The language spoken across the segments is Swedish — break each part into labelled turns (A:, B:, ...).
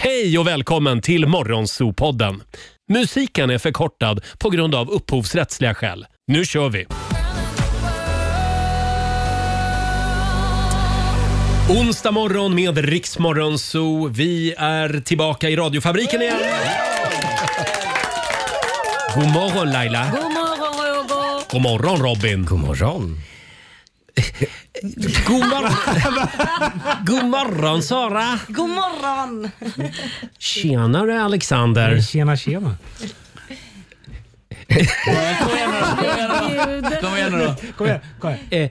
A: Hej och välkommen till Morgonzoo-podden. Musiken är förkortad på grund av upphovsrättsliga skäl. Nu kör vi! Onsdag morgon med Riksmorgonzoo. Vi är tillbaka i radiofabriken igen. God morgon
B: Ah.
A: Laila!
C: God morgon Roger!
A: God morgon Robin! God
D: morgon.
A: God, mor- God morgon Sara!
C: God morgon!
A: Tjenare Alexander!
D: Tjena, tjena.
E: Kom igen nu då.
D: Kom igen, kom igen.
A: Eh,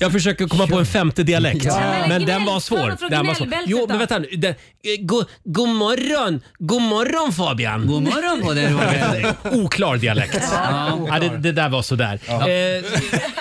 A: Jag försöker komma på en femte dialekt, men
C: men
A: den
C: gnäll-
A: var
C: kommer
A: svår.
C: från
A: Den var svår.
C: gnällbältet
A: Jo, men
C: då?
A: vänta nu. Den- eh, God, god morgon, god morgon Fabian.
E: God morgon på dig Roger.
A: Oklar dialekt. Ja, det, det där var sådär.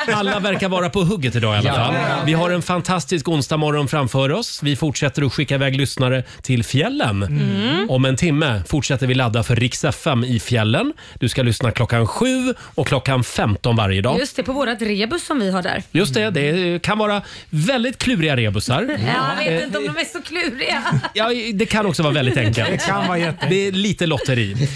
A: Eh, alla verkar vara på hugget idag i alla fall. Vi har en fantastisk onsdagmorgon framför oss. Vi fortsätter att skicka iväg lyssnare till fjällen.
C: Mm.
A: Om en timme fortsätter vi ladda för Rix FM i fjällen. Du ska lyssna klockan 7 och klockan 15 varje dag.
C: Just det, på vårat rebus som vi har där.
A: Just det, det kan vara väldigt kluriga rebusar. Eh,
C: Jag vet inte om de är så kluriga.
A: Mm. Ja, det kan också vara väldigt enkelt.
D: Kan vara jätte...
A: Det är lite lotteri.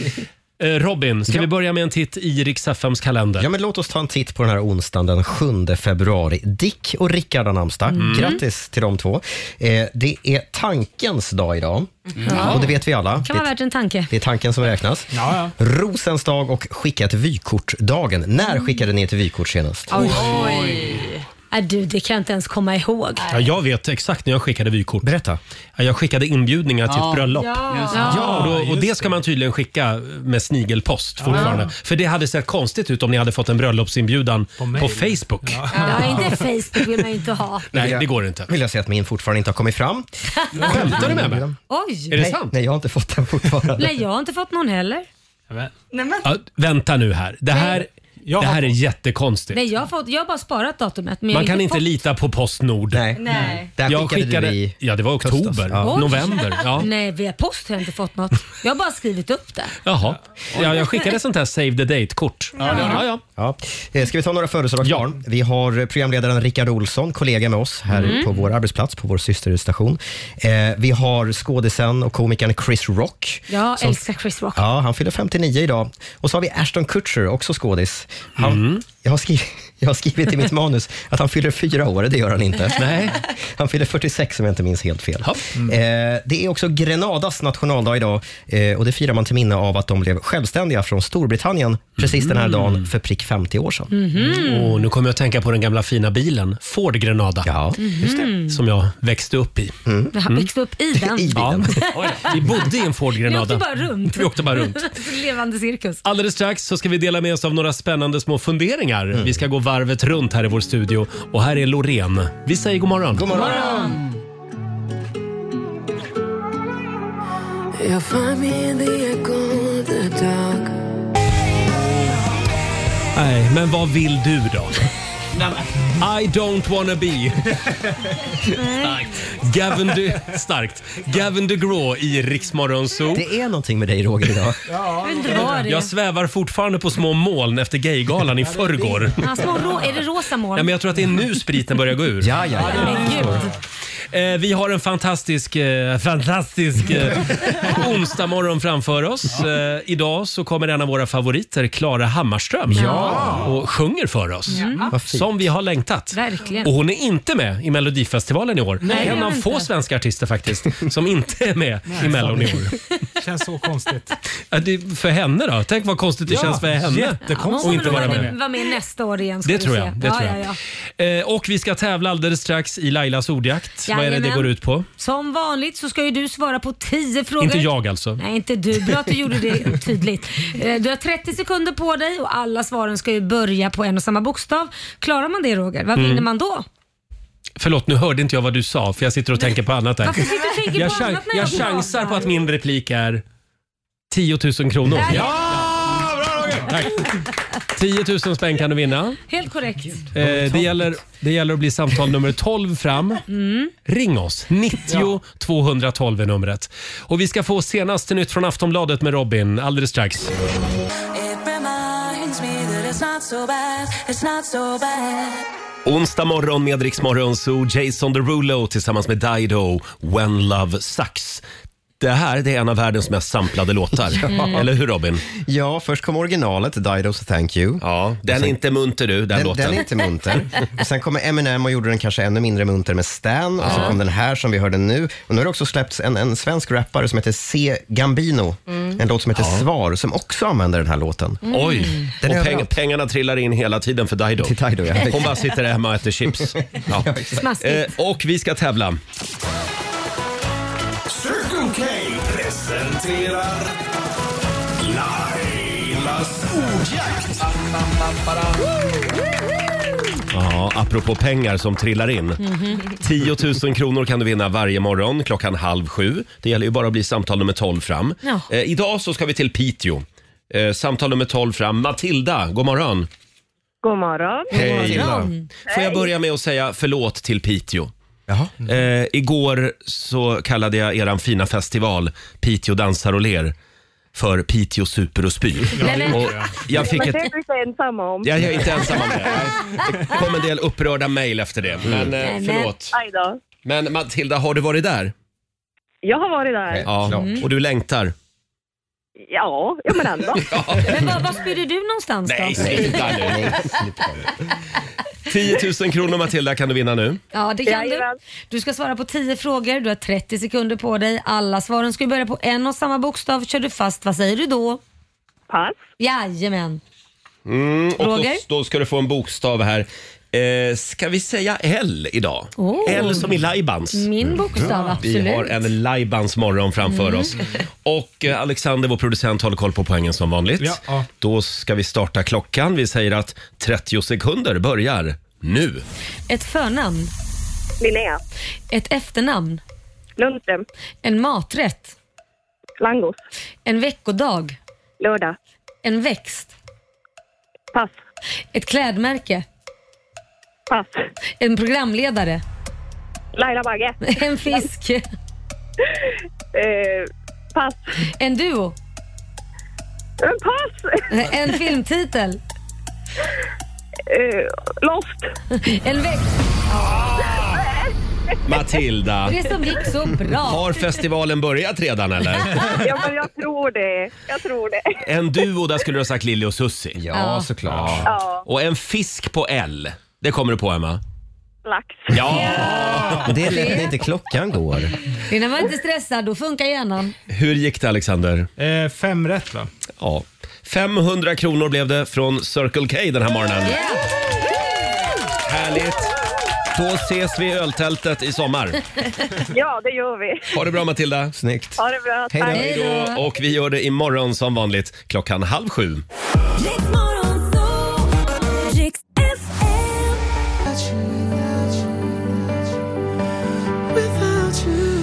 A: Eh, Robin, ska vi börja med en titt i Rix FMs kalender?
D: Ja, men låt oss ta en titt på den här onsdagen den 7 februari. Dick och Rickard har namnsdag.
A: Mm.
D: Grattis till de två. Eh, det är tankens dag idag.
A: Mm.
D: Och det vet vi alla.
C: Kan vara
D: Det,
C: värt en tanke.
D: det är tanken som räknas.
F: Ja,
D: Rosens dag och skicka ett vykort-dagen. När
A: Mm.
D: skickade ni ett vykort senast? Oh.
C: Äh, du, det kan jag inte ens komma ihåg.
A: Ja, jag vet exakt när jag skickade vykort.
D: Berätta.
A: Ja, Jag skickade inbjudningar till ett bröllop.
C: Ja.
A: Och, då, och det ska man tydligen skicka med snigelpost fortfarande. För det hade sett konstigt ut om ni hade fått en bröllopsinbjudan på,
F: mail.
A: Facebook.
C: Ja, inte Facebook vill man ju inte ha.
A: Nej, det går inte.
D: vill jag säga att min fortfarande inte har kommit fram. Mm.
A: Skämtar du med mig? Är
C: Oj!
A: det
D: Nej,
A: sant?
D: nej, jag har inte fått den fortfarande.
C: Nej, jag har inte fått någon heller.
F: ja.
A: Ja, vänta nu här. Det här,
F: Jag
A: det
F: har
A: här är
F: fått-
A: jättekonstigt.
C: Nej, jag, har fått, jag har bara sparat datumet. Men jag
A: Man
C: har
A: kan inte
C: fått-
A: lita på Postnord.
D: Nej.
C: Nej.
D: Där
A: Jag
D: skickade,
A: skickade,
D: du i...
A: ja det var oktober,
D: höstas. Ja.
C: Oj.
A: november. Ja.
C: Nej, via post har jag inte fått något. Jag har bara skrivit upp det.
A: Jaha. Ja, jag skickade sånt här save the date-kort. Ja, ja.
D: Ja. Eh, Ska vi ta några födelsedagsbarn? Vi har eh, programledaren Rickard Olsson, kollega med oss här på vår arbetsplats, på vår systerstation. Eh, vi har skådisen och komikern Chris Rock.
C: Jag
D: som-
C: älskar Chris Rock.
D: Ja, han fyller 59 idag. Och så har vi Ashton Kutcher, också skådis. Han,
A: Mm.
D: jag, har skrivit, jag har skrivit i mitt manus att han fyller fyra år, det gör han inte.
A: Nej.
D: Han fyller 46 om jag inte minns helt fel.
A: Ja.
D: Eh, det är också Grenadas nationaldag idag eh, och det firar man till minne av att de blev självständiga från Storbritannien precis den här
A: Mm.
D: dagen för prick 50 år sedan.
C: Mhm.
A: Och nu kommer jag att tänka på den gamla fina bilen, Ford Grenada,
D: Ja, just det. Mm.
A: som jag växte upp i.
C: Jag Mhm. växte upp i den.
D: I
A: Mm. Ja.
D: bilen.
A: Vi bodde i en Ford
C: Vi åkte
A: Grenada.
C: bara runt.
A: Vi åkte bara runt.
C: Levande cirkus.
A: Alldeles strax så ska vi dela med oss av några spännande små funderingar.
D: Mm.
A: Vi ska gå varvet runt här i vår studio. Och här är Loreen. Vi säger god morgon.
D: God morgon.
A: Nej, men vad vill du då? I don't wanna be. Gavin de, starkt. Gavin DeGraw i Riksmorgon Zoo.
D: Det är någonting med dig Roger idag.
C: Jag vet inte vad det är.
A: Jag svävar fortfarande på små moln efter gaygalan i förrgår.
C: Ja, små rå, är det rosa moln?
A: Ja, men jag tror att det är nu spriten börjar gå ur.
D: Ja, ja, ja.
C: Men gud.
A: Eh, vi har en fantastisk, eh, fantastisk eh, onsdag morgon framför oss. Eh, idag så kommer en av våra favoriter, Klara Hammarström, och sjunger för oss.
D: Vad fint.
A: Som vi har längtat.
C: Verkligen.
A: Och hon är inte med i Melodifestivalen i år.
C: det
A: en
C: är
A: av
C: hon
A: få
C: inte.
A: svenska artister faktiskt som inte är med i Mellon i år.
F: Känns så konstigt.
A: Ja, det- För henne då? Tänk vad konstigt det
F: Ja,
A: känns för henne
F: jättekonstigt.
A: att inte vara med.
C: Var med nästa år igen. ska
A: Det
C: vi
A: tror
C: se.
A: jag. Det
C: ja,
A: tror jag.
C: Ja, ja.
A: Eh, och vi ska tävla alldeles strax i Lailas ordjakt. Vad är det det
C: Jajamän.
A: går ut på?
C: Som vanligt så ska ju du svara på 10 frågor.
A: Inte jag alltså.
C: Nej, inte du. Bra att du gjorde det tydligt. Eh, Du har 30 sekunder på dig och alla svaren ska ju börja på en och samma bokstav. Klarar man det Roger, vad
A: Mm.
C: vinner man då?
A: Förlåt, nu hörde inte jag vad du sa för jag sitter och tänker på annat här.
C: Varför sitter du och tänker
A: Jag,
C: på
A: chan-
C: annat när
A: jag chansar på att min replik är 10 000 kronor. Ja! Bra Roger! Tack. 10 000 spänn kan du vinna.
C: Helt korrekt.
A: Eh, det, gäller, det gäller att bli samtal nummer 12 fram.
C: Mm.
A: Ring oss. 90 212 är numret. Och vi ska få senaste nytt från Aftonbladet med Robin alldeles strax.
G: It reminds me that it's not so bad, it's not so bad.
A: Onsdag morgon med Rix Morgon Zoo, Jason Derulo tillsammans med Dido, When Love Sucks. Det här det är en av världens mest samplade låtar.
D: Ja.
A: Eller hur Robin?
D: Ja, först kom originalet, Didos Thank You.
A: Ja, Den är inte munter du, den,
D: den,
A: låten.
D: den är inte munter. Och sen kommer Eminem och gjorde den kanske ännu mindre munter med Stan. Och så
A: Ja.
D: kom den här som vi hörde nu. Och nu har det också släppts en, en svensk rappare som heter C. Gambino.
A: Mm.
D: En låt som heter
A: Ja. Mm.
D: Svar, som också använder den här låten.
A: Oj,
D: Den är
A: och peng,
D: överallt.
A: pengarna trillar in hela tiden för Dido.
D: Till Dido, ja.
A: Hon bara sitter hemma och äter chips. Ja.
F: Smaskigt.
A: Eh, och vi ska tävla.
F: Circle K presenterar Lailas ordjakt.
A: Ja, apropå pengar som trillar in.
B: Mhm.
A: 10 000 kronor kan du vinna varje morgon klockan halv sju. Det gäller ju bara att bli samtal nummer 12 fram.
F: Ja.
A: Eh, idag så ska vi till Piteå. Eh, samtal nummer 12 fram. Matilda, god morgon.
G: God morgon.
A: Hej. Matilda. Får jag börja med att säga förlåt till Piteå? Eh, igår så kallade jag eran fina festival Piteå dansar och ler för Piteå super och spy.
G: Nej, men-
A: Och jag fick
G: Men
A: ett
G: det är du inte ensam om.
A: Ja, jag är inte ensam om det. Det kom en del upprörda mejl efter det. Men eh,
G: Nej,
A: förlåt.
G: Aj då.
A: Men Matilda, har du varit där?
G: Jag har varit där.
A: Ja.
G: Mm.
A: Och du längtar?
G: Ja, ja men ändå.
C: Men var, var spydde du någonstans
A: Nej,
C: då?
A: sluta nu. 10 000 kronor Matilda kan du vinna nu.
C: Ja, det kan du. Du ska svara på 10 frågor, du har 30 sekunder på dig. Alla svaren ska ju börja på en och samma bokstav. Kör du fast, vad säger du då?
G: Pass.
C: Jajamän.
A: Mm, och då,
C: Roger?
A: då ska du få en bokstav här. Eh, ska vi säga L idag?
C: Oh.
A: L som i Laibans.
C: Min Mm, bokstav, absolut.
A: Vi har en Laibans morgon framför
C: Mm.
A: oss. Och eh, Alexander, vår producent, håller koll på poängen som vanligt.
H: Ja, ja.
A: Då ska vi starta klockan. Vi säger att 30 sekunder börjar nu.
C: Ett förnamn.
G: Linnea.
C: Ett efternamn.
G: Lundström.
C: En maträtt.
G: Langos.
C: En veckodag.
G: Lördag.
C: En växt.
G: Pass.
C: Ett klädmärke.
G: Pass.
C: En programledare.
G: Laila Bagge.
C: En fisk.
G: Eh, pass.
C: En duo.
G: En pass.
C: En filmtitel.
G: loft.
C: En växt.
A: Ah! Matilda.
C: Det som gick så bra.
A: Har festivalen börjat redan eller?
G: Ja, men jag tror det. Jag tror det.
A: En duo, där skulle du ha sagt Lilly och Susie.
G: Ja,
A: såklart.
G: Ja.
A: Och en fisk på L. Det kommer du på Emma.
G: Lax.
A: Ja!
C: Det är lätt när inte
A: klockan går.
C: Det är när man inte är stressad, då funkar hjärnan.
A: Hur gick det Alexander?
H: Eh, fem rätt va?
A: Ja. 500 kronor blev det från Circle K den här morgonen. Härligt! Då ses vi i öltältet i sommar.
G: Ja, det gör vi.
A: Ha det bra Matilda. Snyggt.
G: Ha det bra.
A: Hej då.
G: Tack.
A: Och vi gör det imorgon som vanligt klockan halv sju.
F: Without you.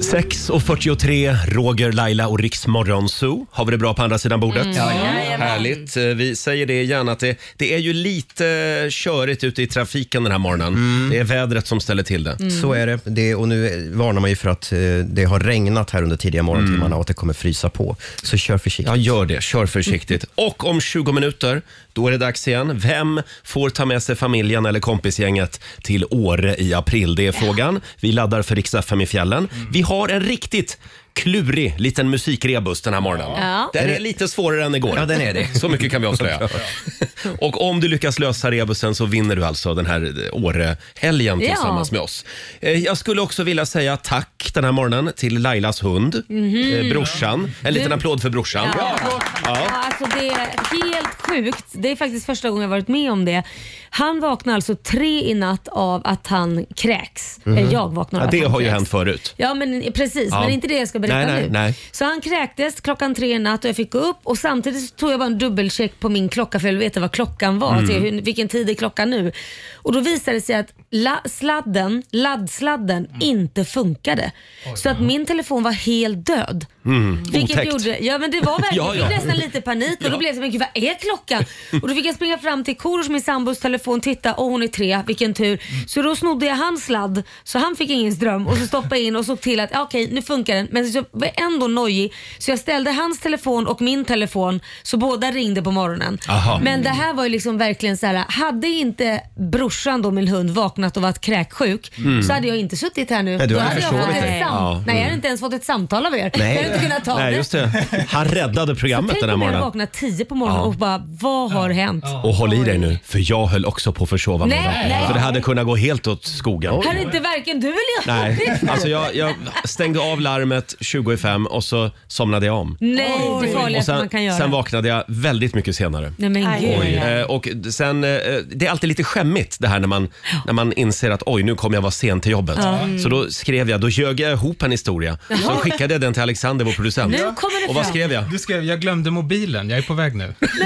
A: 6.43, Roger, Laila och Riksmorgon Zoo. Har vi det bra på andra sidan bordet?
F: Mm. Ja, jajamän.
A: Härligt. Eh, Vi säger det igen att det, det är ju lite eh, körigt ute i trafiken den här morgonen.
F: Mm.
A: Det är vädret som ställer till det.
D: Så är det. det. Och nu varnar man ju för att eh, det har regnat här under tidiga morgontimmarna och att det kommer frysa på. Så kör försiktigt. Ja,
A: Mm. gör det. Kör försiktigt. Och om 20 minuter, då är det dags igen. Vem får ta med sig familjen eller kompisgänget till Åre i april? Det är frågan. Vi laddar för riks FM i fjällen.
C: Mm.
A: Vi har en riktigt klurig liten musikrebus den här morgonen.
F: Ja.
A: Den är lite svårare än igår.
F: Ja, den är det.
A: Så mycket kan vi avslöja. Och om du lyckas lösa rebusen så vinner du alltså den här Åre-helgen
F: Ja.
A: tillsammans med oss. Eh, Jag skulle också vilja säga tack den här morgonen till Lailas hund,
C: Mhm.
A: eh, brorsan. En liten
C: Du-
A: applåd för brorsan.
C: Ja,
A: Ja.
C: alltså det är helt sjukt. Det är faktiskt första gången jag varit med om det. Han vaknar alltså tre i natt av att han kräks.
A: Mhm.
C: Eller Eh, jag vaknar av
A: Ja,
C: att
A: det
C: han
A: har ju
C: kräks.
A: hänt förut.
C: Ja men precis,
A: Ja.
C: men det är inte det jag ska berätta
A: Nej, nej,
C: nu.
A: nej.
C: Så han kräktes klockan tre i natt och jag fick gå upp och samtidigt så tog jag bara en dubbelcheck på min klocka för jag ville veta vad klockan var.
I: Mm.
C: Se hur, vilken tid är klockan nu? Och då visade det sig att la, sladden, laddsladden inte funkade. Så att min telefon var helt död.
A: Mm.
C: Vilket
A: Otäckt.
C: gjorde, ja men det var verkligen,
A: Ja,
C: jag
A: ja.
C: fick nästan lite panik och då blev det så men gud vad är klockan? Och då fick jag springa fram till Korosh, min sambos telefon, titta, och hon är tre, vilken tur.
A: Mm.
C: Så då snodde jag hans sladd, så han fick ingen ström och så stoppade jag in och såg till att, ja, okej nu funkar den. Men så var jag ändå nojig, så jag ställde hans telefon och min telefon, så båda ringde på morgonen.
H: Aha.
C: Men det här var ju liksom verkligen så här, hade inte brorsan då, min hund, vaknat och varit kräksjuk,
H: Mm.
C: så hade jag inte suttit här nu.
A: Nej, du
C: då
A: hade
C: hade jag
A: försovit
C: fått
A: dig.
C: ett sam-
A: Ja. Mm.
C: Nej, jag hade inte ens fått ett samtal av er. Jag hade inte kunnat ta
A: Nej,
C: det.
A: just det. Han räddade programmet
C: Tänk
A: den här
C: om jag
A: morgonen.
C: vaknar tio på morgonen
A: Ja.
C: och bara, vad har hänt?
A: Och håll i dig nu, för jag höll också på att försova mig.
C: Nej,
A: idag.
C: nej.
A: För det hade kunnat gå helt åt skogen.
C: Här är inte varken du eller jag
A: Nej,
C: varit.
A: alltså jag, jag stängde av larmet 20 i fem och så somnade jag om.
C: Nej, det
A: Och
C: farligaste man kan
A: sen,
C: göra.
A: sen vaknade jag väldigt mycket senare.
C: Nej men gud.
A: Oj. Eh, Och sen, eh, det är alltid lite skämmigt det här när man, när man inser att oj, nu kommer jag vara sen till jobbet.
I: Mm.
C: Ja.
A: Så då skrev jag, då ljög jag ihop en historia. Så
C: Jaha.
A: skickade jag den till Alexander, vår producent.
C: Nu kommer det
A: Och vad
C: fram.
A: skrev jag?
I: Du skrev jag glömde mobilen, jag är på väg nu.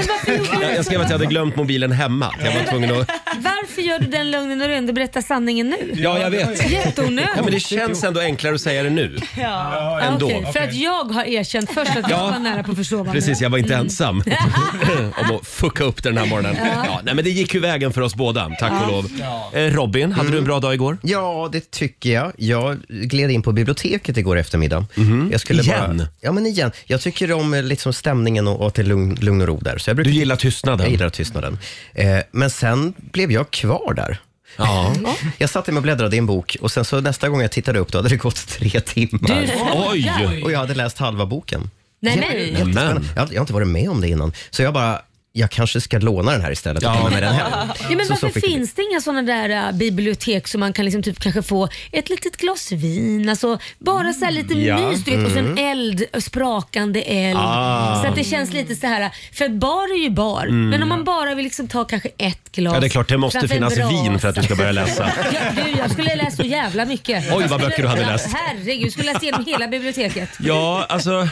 A: Jag, jag skrev att jag hade glömt mobilen hemma. Jag var tvungen att...
C: Varför gör du den lögnen när du ändå berättar sanningen nu?
A: Ja, jag vet.
C: Jätteonödigt.
A: Ja, men det känns ändå enklare att säga det nu.
C: Ja,
A: ändå.
C: okej, För att jag har erkänt först att jag
A: Ja.
C: var nära på försovande.
A: Precis, jag var inte
C: Mm.
A: ensam om att fucka upp den här morgonen.
C: Ja.
A: Ja, nej, men det gick ju vägen för oss båda, tack
D: Ja.
A: och lov. Eh, Robin, hade du en bra dag igår?
D: Ja, det tycker jag. Jag gled in på biblioteket igår eftermiddag. Jag skulle
A: Mhm. Igen?
D: Bara, ja, men igen. Jag tycker om eh, liksom stämningen och, och att det är lugn, lugn och ro där. Så jag brukar, du
A: gillar tystnaden?
D: Jag gillar tystnaden. Eh, men sen blev jag kvar där.
A: Ja.
D: Jag satte mig och bläddrade i en bok och sen så nästa gång jag tittade upp då hade det gått tre timmar.
C: Du skojar. Oj.
D: Och jag hade läst halva boken.
C: Nej, men.
D: Jättespännande. Jag, har- jag har inte varit med om det innan. Så jag bara, jag kanske ska låna den här istället och
A: Ja.
D: komma med den hem.
C: Ja, men
D: Så- så
C: varför
D: fick det bli.
C: finns det inga sådana där äh, bibliotek som man kan liksom typ kanske få ett litet glas vin, alltså bara så här lite
H: Ja.
C: mys du vet, och sen
H: Mm.
C: eld, sprakande eld.
A: Ah.
C: Så att det känns lite så här, för att bar är ju bar,
A: Mm.
C: men om man bara vill liksom ta kanske ett glas.
A: Ja, det är klart det måste
C: framför en
A: finnas
C: brasa.
A: vin för att du ska börja läsa.
C: Ja, du, jag skulle läsa så jävla mycket.
A: Oj, vad
C: Jag skulle-
A: böcker du hade läst.
C: Herregud, jag skulle läsa igenom hela biblioteket.
A: Ja, alltså...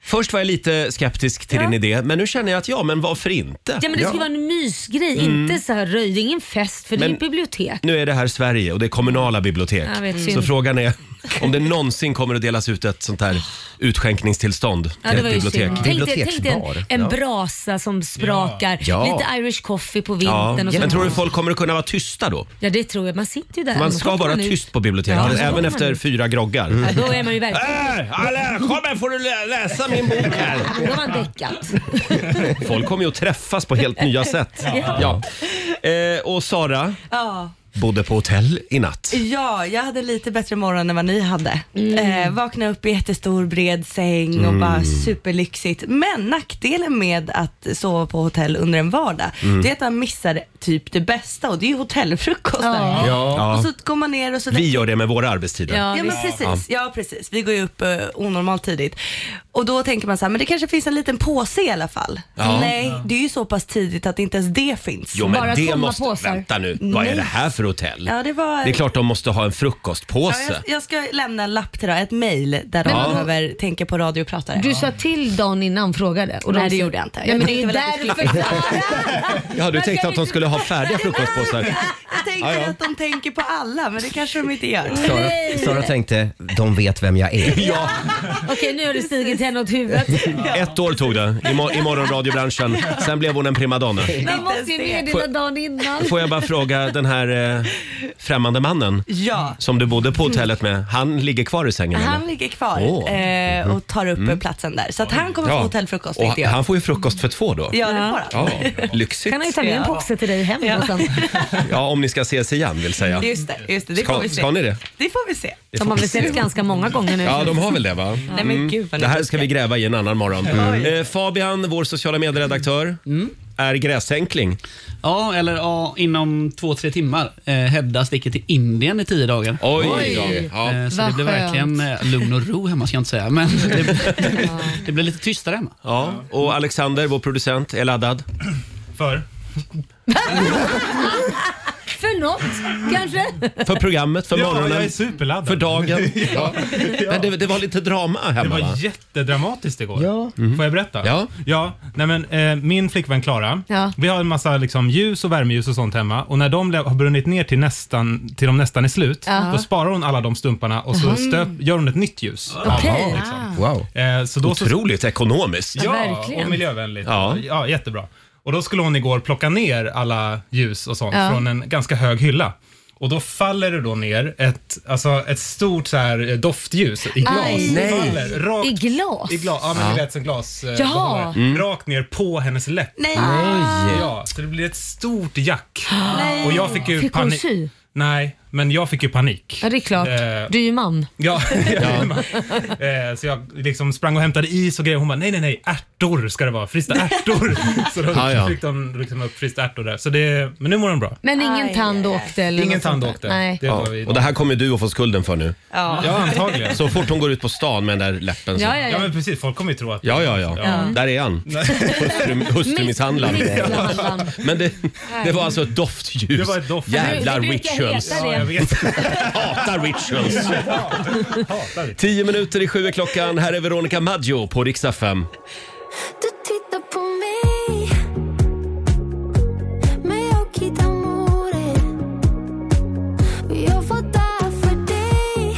A: Först var jag lite skeptisk till din idé, men nu känner jag att ja, men varför inte?
C: Ja, men det skulle vara en mysgrej,
A: Mm.
C: inte så här röj, det är ingen fest för det är
A: Men-
C: ett bibliotek.
A: Nu är det här Sverige och det är kommunala bibliotek.
C: Jag vet,
A: Så
C: synd.
A: frågan är om det någonsin kommer att delas ut ett sånt här utskänkningstillstånd till
C: Ja, det
A: ett
C: var ju
A: bibliotek.
C: synd. Tänk dig, tänk dig en, en
A: Ja.
C: brasa som sprakar,
A: Ja.
C: lite Irish coffee på
A: Ja.
C: vintern och
A: Men
C: sånt.
A: tror du folk kommer att kunna vara tysta då?
C: Ja, det tror jag. Man sitter ju där.
A: Man
C: annars
A: ska
C: åker
A: vara
C: man ut.
A: tyst på biblioteket,
C: Ja, så åker
A: även
C: man
A: efter
C: ut.
A: fyra groggar.
C: Ja, då är man ju verkligen...
A: Äh, alla, kom här får du lä- läsa min bok här.
C: Då har man däckat.
A: Folk kommer ju att träffas på helt nya sätt.
C: Ja.
A: Ja. Eh, och Sara
J: Ja.
A: bodde på hotell i natt.
J: ja, jag hade lite bättre morgon än vad ni hade.
A: Mm.
J: Eh, vaknade upp i jättestor bred säng och
H: Mm.
J: bara superlyxigt. Men nackdelen med att sova på hotell under en vardag,
H: Mm.
J: det är att man missar typ det bästa och det är ju hotellfrukosten.
A: Ja.
J: Och så går man ner och så
A: Vi gör det med våra arbetstider.
J: Ja, men precis. Ja. precis. Vi går ju upp eh, onormalt tidigt. Och då tänker man så här, men det kanske finns en liten påse i alla fall.
A: Ja.
J: Nej, det är ju så pass tidigt att inte ens det finns.
A: Jo, men det måste... Vänta nu, vad är
J: Nej.
A: det här för hotell?
J: Ja, det var...
A: Det är klart de måste ha en frukostpåse.
J: Ja, jag, jag ska lämna en lapp till dig, ett mejl där de
A: Men vadå?
J: behöver tänka på radiopratare.
C: Du sa till dagen innan frågade. Och de
J: Nej, det
C: sa-
J: gjorde jag inte.
C: Ja,
J: Jag
C: men det är
J: tänkte väl att det
C: därför.
A: Ja, du tänkte att de skulle ha färdiga frukostpåsar.
J: Jag tänkte
A: Ja, ja.
J: att de tänker på alla, men det kanske de inte gör.
D: Sara, Sara tänkte, de vet vem jag är.
A: Ja,
C: Okej, nu har det stigit henne åt huvudet.
A: ett år tog det i, mo- i morgonradiobranschen. Sen blev hon en primadonna.
C: Man måste ju meddela
A: Får-
C: dagen innan.
A: Får jag bara fråga den här eh, främmande mannen
J: Ja.
A: som du bodde på hotellet med. Han ligger kvar i sängen? eller?
J: Han ligger kvar
A: Åh.
J: eh, och tar upp
A: Mm.
J: platsen där. Så att han kommer få hotellfrukost,
A: Och
J: inte jag.
A: han får ju frukost för två då.
J: Ja, det får
A: Ja,
J: han.
A: lyxigt.
C: Kan han ju ta med en påse till dig hem då sen.
A: Ja, om ni ska ses igen vill säga.
J: liksom. Just det, just det. det
A: Ska-
J: får vi se.
A: ska ni det?
J: Det får vi se.
A: Det
C: De
A: får
C: har
A: vi
C: väl
A: se.
C: setts ganska många gånger nu.
A: Ja, de har väl det va?
J: Nej, men
A: Mm.
J: gud, vad ni
A: det här ska
J: duktiga.
A: vi gräva i en annan morgon.
J: Mm.
A: Eh, Fabian, vår sociala medieredaktör, är gräsänkling.
E: Ja, eller ja, inom två, tre timmar. Eh, Hedda sticker till Indien i tio dagar.
A: Oj, Oj. ja.
E: Eh, så
A: Vad
E: det blir
A: skönt.
E: verkligen eh, lugn och ro hemma, ska jag inte säga. Men det, det blir lite tystare hemma.
A: Ja, och Alexander, vår producent, är laddad.
I: För?
C: För eller något kanske?
A: För programmet, för
I: Ja,
A: morgonen.
I: jag är superladdad.
A: För dagen. ja. Men det, det var lite drama hemma
I: Det
A: va? Mhm.
I: var jättedramatiskt igår.
D: Ja.
I: Får jag berätta?
A: Ja.
I: ja nej men, eh, min flickvän Klara,
C: Ja.
I: vi har en massa liksom, ljus och värmeljus och sånt hemma och när de le- har brunnit ner till, nästan, till de nästan är slut,
C: Ja.
I: då sparar hon alla de stumparna och så stöp, gör hon ett nytt ljus. av
C: Okej.
I: dem, liksom.
D: Wow.
I: eh, så då så,
A: Otroligt ekonomiskt.
I: ja,
C: Verkligen.
I: och miljövänligt.
A: Ja.
I: Ja. jättebra. Och då skulle hon igår plocka ner alla ljus och sånt
C: Ja.
I: från en ganska hög hylla. Och då faller det då ner ett, alltså ett stort så här eh, doftljus i glas.
C: Aj.
A: Nej.
I: Faller rakt
C: I glas?
I: i glas, ja men ni vet som glas eh,
C: Jaha.
I: behållare. Rakt ner på hennes läpp.
J: Nej.
I: Ja, så det blir ett stort jack. Och jag fick ju
C: Fick hon
I: panik.
C: sy?
I: Nej, men jag fick ju panik.
C: Ja det är klart.
I: Eh.
C: Du är ju man.
I: Ja, Eh, så jag liksom sprang och hämtade is och grejer. Hon bara, nej, nej, nej, ärtor ska det vara. Frysta ärtor. så då
A: Ja, ja.
I: fick de liksom upp frysta ärtor där. Så det, men nu mår hon bra.
C: Men ingen
J: Aj,
C: tand
J: aj, aj.
C: åkte eller
I: Ingen
C: något sånt
I: tand
C: där.
I: åkte.
C: Nej.
I: Det var vi
A: Och det här kommer du att få skulden för nu.
I: Ja, antagligen.
A: Så fort hon går ut på stan med den där läppen. Så.
C: Ja, ja,
I: Ja,
C: ja.
I: men precis. Folk kommer ju tro att...
A: Ja, ja, ja. Där är han. Hustru, hustrumisshandlaren.
C: Misshandlaren.
A: Men det, det var alltså ett doftljus.
I: Det var ett doft.
A: Jävla
C: Det brukar
A: rituals.
C: heta
I: Ja, jag vet.
A: Hatar rituals.
I: Hatar det.
A: Tio minuter i sju är klockan. Här är Veronica Maggio på riksdag 5.
H: Du tittar på mig Men jag hittar modet Och jag var där för dig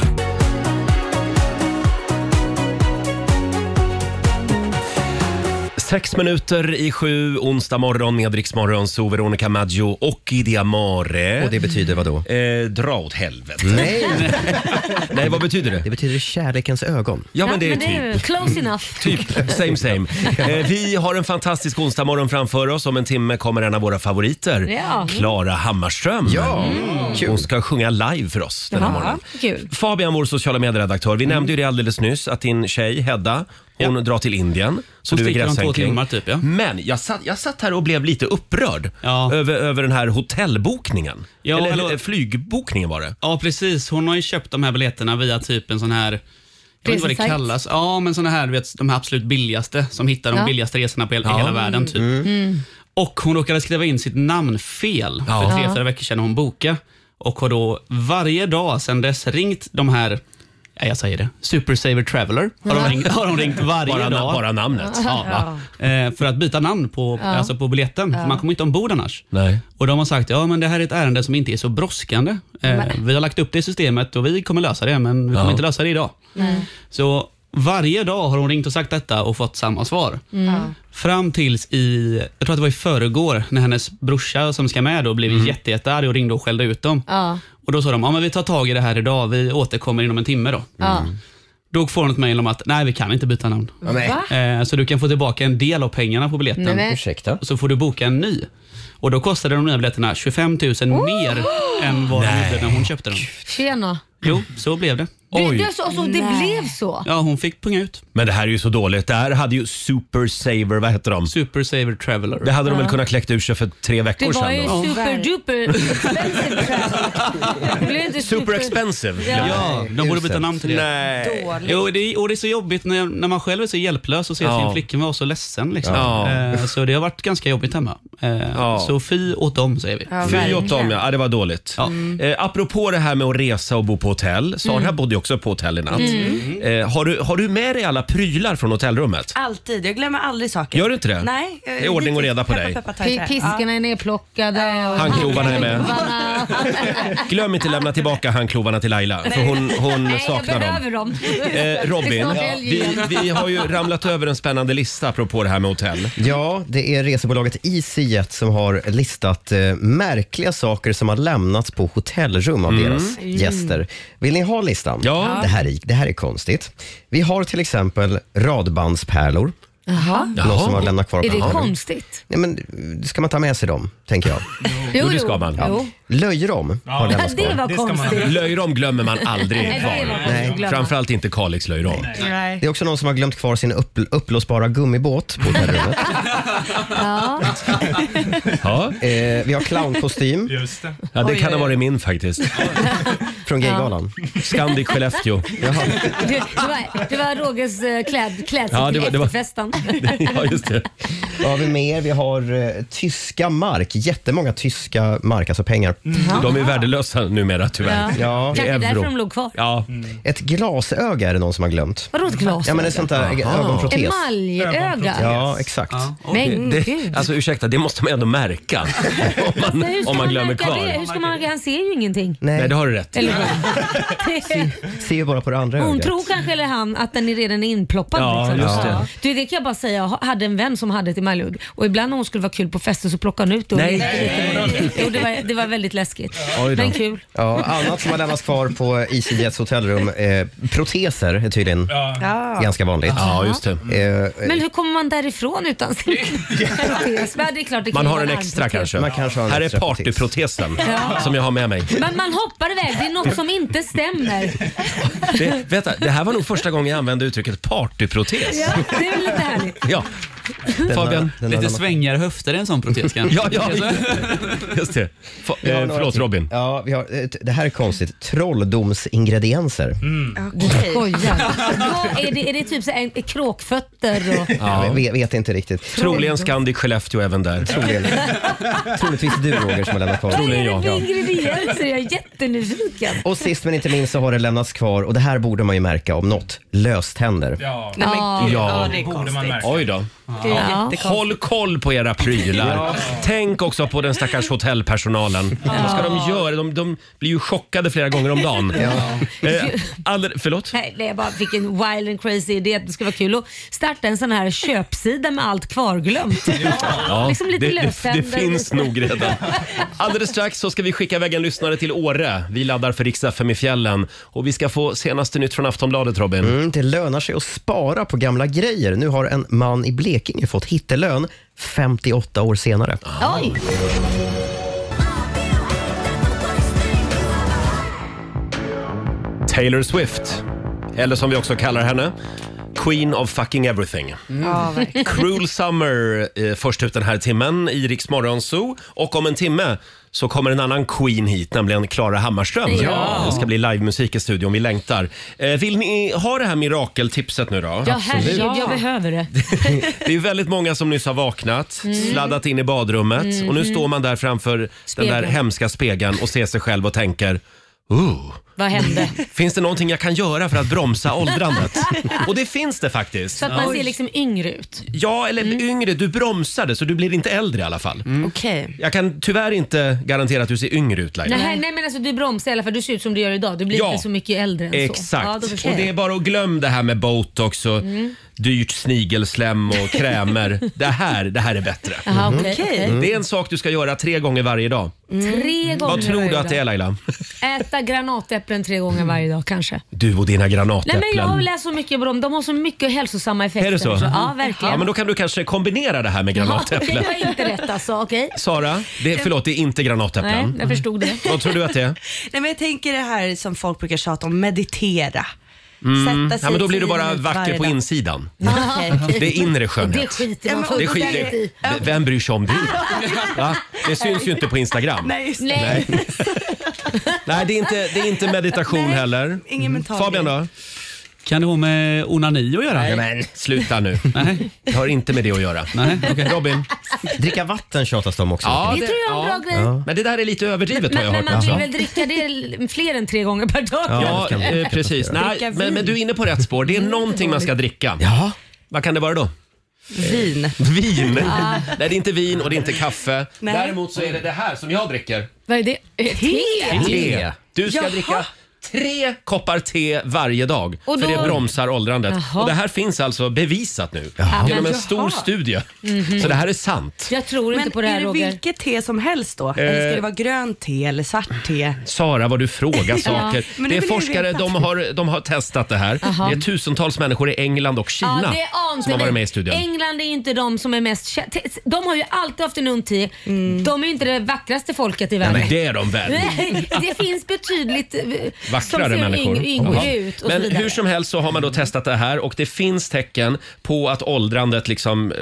A: Sex minuter i sju, onsdag morgon med Riksmorgon, så Veronica Maggio och Idia Mare.
D: Och det betyder vad då?
A: Eh, dra åt helvete.
D: Nej,
A: Nej, vad betyder det?
D: det betyder kärlekens ögon.
A: Ja, men det är
C: men
A: typ.
C: ju Close enough.
A: Typ, same same. Eh, vi har en fantastisk onsdagmorgon framför oss. Om en timme kommer en av våra favoriter,
C: Ja. Mm.
A: Klara Hammarström.
D: Ja,
A: Hon ska sjunga live för oss den här
C: Ja,
A: morgonen.
C: kul.
A: Fabian, vår sociala medieredaktör,
C: Mm.
A: vi nämnde ju det alldeles nyss att din tjej Hedda, hon drar till Indien. Så
E: Hon
A: du är
E: sticker om två
A: gräsänkling.
E: timmar typ, ja.
A: Men jag satt, jag satt här och blev lite upprörd
E: Ja.
A: över, över den här hotellbokningen.
E: Ja,
A: Eller
E: eller-
A: eh, flygbokningen var det.
E: Ja, precis. Hon har ju köpt de här biljetterna via typ en sån här jag vet inte vad det
C: Resesajt.
E: kallas. Ja, men såna här, du vet, de här absolut billigaste som hittar de
C: Ja.
E: billigaste resorna på hel,
A: Ja.
C: Mm.
E: hela världen. Typ.
A: Mm.
E: Och hon råkade skriva in sitt namn fel
A: Ja.
E: för tre, fyra veckor sedan när hon bokade. Och har då varje dag sedan dess ringt de här, ja, jag säger det, Super Saver Traveler. Har de ringt, har de ringt varje
A: Bara,
E: dag.
A: na- bara namnet.
E: Ja. Eh, För att byta namn på, alltså på biljetten. För man kommer inte ombord annars.
A: Nej.
E: Och de har sagt ja men det här är ett ärende som inte är så brådskande. Eh, vi har lagt upp det i systemet och vi kommer lösa det, men vi kommer
A: Ja.
E: inte lösa det idag.
H: Mm.
C: Mm.
E: Så varje dag har hon ringt och sagt detta och fått samma svar.
H: Mm.
E: Fram tills i, jag tror att det var i förrgår, när hennes brorsa som ska med då blev jätte, jättearg och ringde och skällde ut dem.
C: Ja.
A: Mm.
E: Och Då sa de, ja men vi tar tag i det här idag, vi återkommer inom en timme då.
C: Ja.
E: Då får hon ett mejl om att, nej vi kan inte byta namn.
D: nej.
C: Va?
E: Eh, så du kan få tillbaka en del av pengarna på biljetten.
C: Nej, men-
D: Ursäkta?
E: Och så får du boka en ny. Och då kostade de nya biljetterna 25 000 mer
C: Oh!
E: än vad de gjorde när hon köpte dem.
C: Tjena.
E: Jo, så blev det.
C: Du, du, så, så, det blev så?
E: Ja, hon fick punga ut.
A: Men det här är ju så dåligt. Det här hade ju Super Saver, vad heter de?
E: Super Saver Traveler.
A: Det hade de väl kunnat kläckt ur sig för tre
C: Det
A: veckor
C: var
A: sedan.
C: ju
A: då.
C: superduper expensive travel. Det blev inte
A: Super expensive.
C: Ja.
E: Ja, de borde byta namn till det.
A: Nej.
E: Jo, det, är- och det är så jobbigt när, när man själv är så hjälplös och ser
A: Ja.
E: sin flickvän vara så ledsen. Liksom.
A: Ja.
E: Eh, så det har varit ganska jobbigt hemma. Eh,
A: Ja.
E: Så fy åt dem, säger vi.
A: Fy åt dem, ja. ja. Det var dåligt.
E: Ja.
A: Eh, apropå det här med att resa och bo på hotell. Sara
C: Mm.
A: bodde ju också på hotell i natt. Eh, har, du, har du med dig alla prylar från hotellrummet?
J: Alltid. Jag glömmer aldrig saker.
A: Gör du inte det?
J: Nej. jag-
A: Det är ordning och reda på
J: Peppa,
A: dig.
J: peppa, ta i
C: P-
J: trä.
C: Piskorna är nerplockade. och
A: Handklovarna är med.
C: handklovarna.
A: Glöm inte lämna tillbaka handklovarna till Laila, för hon, hon
C: Nej, jag
A: saknar dem.
C: behöver dem.
A: Eh, Robin,
C: Det är snart helg
A: vi,
C: igen.
A: vi har ju ramlat över en spännande lista apropå det här med hotell.
D: Ja, det är resebolaget EasyJet som har listat eh, märkliga saker som har lämnats på hotellrum av deras gäster. Vill ni ha listan?
A: Mm. Ja.
D: Det här, är, det här är konstigt. Vi har till exempel radbandspärlor.
C: Jaha.
D: Någon som har lämnat kvar
C: Är
D: på
C: det
D: hotellrum.
C: konstigt?
D: Nej, men eh, Ska man ta med sig dem, tänker jag.
A: Jo, det ska man.
C: Jo.
D: Löjrom har
C: Ja,
D: lämnats
C: det
D: kvar.
C: var
I: Det ska man-
C: konstigt.
A: Löjrom glömmer man aldrig
C: Nej, det var
A: kvar.
C: konstigt att glömma.
A: Framförallt inte Kalix löjrom.
J: Nej.
D: Det är också någon som har glömt kvar sin upp, upplåsbara gummibåt på hotellrummet.
C: Ja.
A: Ja.
D: eh, vi har clownkostym.
I: Just det.
A: Ja, det
C: Oj,
A: kan ha
C: oj, oj.
A: varit min faktiskt.
D: från gaygalan?
A: Scandic Skellefteå.
D: Jaha.
C: Du, det, var, det var Rogers eh, kläd, klädsel
A: Ja, det
C: till
A: var- det var-
C: efterfesten.
A: Ja, just det.
D: Vad har vi mer? Vi har eh, tyska mark. Jättemånga tyska mark, alltså pengar.
A: Mm. De är värdelösa numera tyvärr.
D: Ja.
A: Det
C: Kanske
A: är
C: därför
A: euro.
C: de låg kvar.
A: Ja,
D: Ett glasöga är det någon som har glömt.
C: Vadå ett glas?
D: Ja, men ett sånt där ögonprotes.
C: Emaljöga?
D: Ja, exakt.
C: Men
A: det,
C: gud.
A: alltså ursäkta, det måste man ändå märka om
C: Men
A: man,
C: hur ska
A: om man
C: man
A: glömmer
C: märka Det?
A: kvar.
C: Hur ska man märka? Han ser ju ingenting.
D: Nej,
A: Nej, det har du rätt i.
C: Eller hur?
D: ser ju bara på det andra
C: Hon
D: ögat.
C: tror kanske, eller han, att den är redan är inploppad.
A: Ja,
C: liksom.
A: just det.
C: Du, det kan jag bara säga. Jag hade en vän som hade ett emaljögg och ibland när hon skulle vara kul på fester så plockade hon ut det. och
A: Nej.
C: lekte lite med det. Jo, det, var, det var väldigt läskigt.
A: Oj då.
C: Men kul.
D: Ja, annat som har lämnats kvar på EasyJets hotellrum. Eh, proteser är tydligen ganska vanligt.
A: Ja, just det.
D: Eh,
C: Men hur kommer man därifrån utan sin protes? Men det är klart, det kan
A: Man
C: ju
A: har
C: vara
A: en
C: en
A: extra
C: armprotes.
A: kanske.
D: Man kanske har en
A: Här är
D: extra protes.
A: partyprotesen
C: Ja.
A: som jag har med mig.
C: Men man hoppar iväg, det är något som inte stämmer.
A: Det, vänta, det här var nog första gången jag använde uttrycket partyprotes.
C: Ja, det är väl lite härligt.
A: Ja. Fabian?
D: den har
E: Lite
D: lämnat-
E: svängigare höfter än en sån protes kanske. Alltså.
A: Ja, ja, just det. Fa-
D: Vi har
A: eh,
D: några
A: förlåt
D: till.
A: Robin.
D: Ja, vi har, eh, det här är konstigt. Trolldomsingredienser.
J: Okej.
C: Skojar. Vad är, det, är det typ så här, en, kråkfötter och...
D: Jag vet, vet inte riktigt.
A: Troligen Scandic Skellefteå även där.
D: Troligen. Troligtvis du Roger som har lämnat kvar.
C: Vad är det
A: jag.
C: för ingredienser? Jag är jättenyfiken.
D: Och sist men inte minst så har det lämnats kvar, och det här borde man ju märka om något, löständer.
I: Ja,
J: Nej, men gud,
A: Ja.
J: ja. det är
I: borde man
J: konstigt.
I: märka.
A: Oj då.
J: Det är
C: Ja.
J: jättekonstigt.
A: Håll koll på era prylar. Tänk också på den stackars hotellpersonalen. Vad ska de göra? De, de blir ju chockade flera gånger om dagen. Eh, alldeles, förlåt?
C: Nej, nej, jag bara fick en wild and crazy idé att det skulle vara kul att starta en sån här köpsida med allt kvarglömt.
A: Ja,
C: liksom lite
A: det, det, det
C: löständer. liksom.
A: finns nog redan. Alldeles strax så ska vi skicka iväg en lyssnare till Åre. Vi laddar för riksdag 5 i fjällen. Och vi ska få senaste nytt från Aftonbladet, Robin.
D: Mm, det lönar sig att spara på gamla grejer. Nu har en man i Blekinge fått hittelön 58 år senare.
C: Oj!
A: Taylor Swift, eller som vi också kallar henne, Queen of fucking everything.
J: Ja, verkligen.
A: Cruel Summer eh, först ut den här timmen i Rix Morgon Zoo. Och om en timme så kommer en annan Queen hit, nämligen Klara Hammarström.
C: Ja.
A: Det ska bli livemusik i studion, vi längtar. Eh, vill ni ha det här mirakeltipset nu då?
C: Ja, herregud, jag behöver det.
A: Det är ju väldigt många som nyss har vaknat,
C: Mm.
A: sladdat in i badrummet och nu står man där framför den där
C: Spegeln.
A: hemska spegeln och ser sig själv och tänker Ooh.
C: Vad hände?
A: Finns det någonting jag kan göra för att bromsa åldrandet? Och det finns det faktiskt.
C: Så att man ser liksom Mm. yngre ut.
A: Ja, eller yngre. Du bromsade så du blir inte äldre i alla fall.
C: Mm.
J: Okej.
A: Jag kan tyvärr inte garantera att du ser yngre ut Laila.
C: Nej, nej men alltså du bromsar i alla fall. Du ser ut som du gör idag. Du blir
A: Ja.
C: inte så mycket äldre än så. Ja, då
A: Exakt.
C: förstår
A: och det är
C: jag. Mm.
A: bara att glömma det här med botox och dyrt snigelsläm och krämer. det, här, det här är bättre. Mm.
C: Jaha, okej.
J: Okej.
C: okej.
A: Det är en sak du ska göra tre gånger varje dag.
C: Mm. Tre gånger
A: Vad tror
C: varje
A: du att det är Laila?
C: dag. Äta granatäpplen tre gånger varje dag kanske.
A: Du och dina
C: Nej
A: granatäpplen.
C: men jag har läst så mycket om dem. De har så mycket hälsosamma effekter.
A: Är det så? Mm.
C: Ja, verkligen.
A: Ja, men då kan du kanske kombinera det här med granatäpplen.
C: det var inte rätt alltså. Okej.
A: Sara, det, förlåt det är inte
C: Nej,
A: granatäpplen. Mm.
C: jag förstod det.
A: Vad tror du att det är?
J: Nej, men jag tänker det här som folk brukar tjata om, meditera. Sätta sig
A: Mm. Ja, men då blir du
J: tio
A: bara
J: minuter
A: vacker
J: varje
A: på
J: dag.
A: insidan.
J: Okej.
A: Det är inre
C: Det
A: skönhet.
C: skiter man
J: Ja, men-
A: Det
J: är skit-
A: skiter v- Vem bryr sig om det? Va? Det syns ju inte på Instagram.
J: Nej, just det.
C: Nej.
A: Nej, det är inte, det är inte meditation
J: Nej,
A: heller. Mm.
J: ingen mental
A: Fabian
J: grej.
A: då?
E: Kan det ha med onani att göra?
A: Men sluta nu.
E: Nej.
A: Det har inte med det att göra.
E: Nej, okej.
A: Robin?
D: Dricka vatten tjatas de också.
A: Ja,
C: Det tror jag är en bra grej.
A: Men det där är lite överdrivet har jag
C: Men, men
A: hört.
C: man vill
A: Alltså.
C: väl dricka det fler än tre gånger per dag?
A: Ja,
D: det kan man-
A: eh, precis. Nej,
J: Dricka
A: men,
J: vin.
A: men du är inne på rätt spår. Det är någonting man ska dricka.
D: Ja.
A: Vad kan det vara då? Eh,
J: Vin.
A: Vin? Nej, det är inte vin och det är inte kaffe.
J: Nej.
A: Däremot så är det det här som jag dricker.
C: Vad är det? Eh, Te?
A: Te. Du ska
C: Jaha.
A: dricka tre koppar te varje dag.
C: Och
A: För
C: då-
A: det bromsar åldrandet.
C: Jaha.
A: Och det här finns alltså bevisat nu.
C: men
A: Genom en
C: jaha.
A: stor studie.
J: Mm.
A: Så det här är sant.
C: Mhm. Jag tror inte
J: Men
C: på det här
J: är det
C: Roger.
J: vilket te som helst
A: Eh,
J: då? Eller ska det vara grönt te eller svart te?
A: Sara, vad du frågar saker.
J: men nu
A: det är
J: vill jag
A: forskare,
J: veta.
A: de har, de har testat det här. Det är tusentals människor i England och Kina
C: Ja, det ante
A: som har
C: mig.
A: varit med i studien.
C: England är ju inte de som är mest kä- te- De har ju alltid haft en ung te.
J: Mm.
C: De är ju inte det vackraste folket i världen.
A: Men det är de väl?
C: Nej, det finns betydligt eh, som
A: Vackrare
C: ser
A: människor.
C: yngre, yngre
A: Jaha.
C: ut och
A: Men
C: så vidare.
A: hur som helst så har man då testat det här och det finns tecken på att åldrandet liksom eh,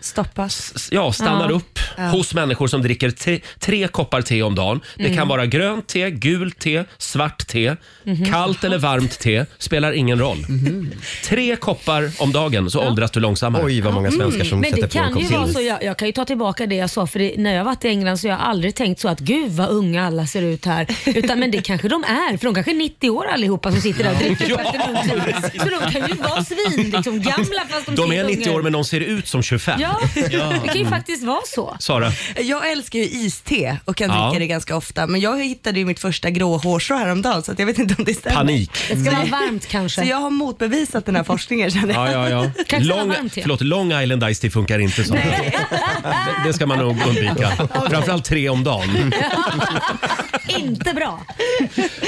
J: Stoppas.
A: s- ja, stannar
J: Ja.
A: upp
J: Ja.
A: hos människor som dricker tre, tre koppar te om dagen. Det
J: Mm.
A: kan vara grönt te, gult te, svart te,
J: Mhm.
A: kallt eller varmt te. Spelar ingen roll.
C: Mhm.
A: Tre koppar om dagen så åldras du långsammare. Oj, vad många
C: Mm. Men det kan ju vara så, jag, jag kan ju ta tillbaka det jag sa för det, när jag varit i England så har jag aldrig tänkt så att gud vad unga alla ser ut här. Utan, men det kanske de är, för de kanske är 90 år allihopa som sitter där och dricker
A: Ja,
C: på efter lunchen. Så de kan ju vara svin, liksom, gamla fast de,
A: De
C: ser
A: är 90
C: unga
A: år
C: ut.
A: men de ser ut som 25.
C: Ja, det kan ju
A: Mm.
C: faktiskt vara så.
A: Sara?
J: Jag älskar ju iste och kan
A: Ja.
J: dricka det ganska ofta. Men jag hittade ju mitt första grå hårstrå häromdagen så att jag vet inte om det stämmer. Mm.
A: Panik. Det ska vara
C: varmt kanske.
J: Så jag har motbevisat den här forskningen känner
A: Ja,
J: jag.
A: ja, ja. Lång, förlåt, Long Island Ice Tea funkar inte så. Det, det ska man nog undvika. Framförallt tre om dagen.
C: Inte bra.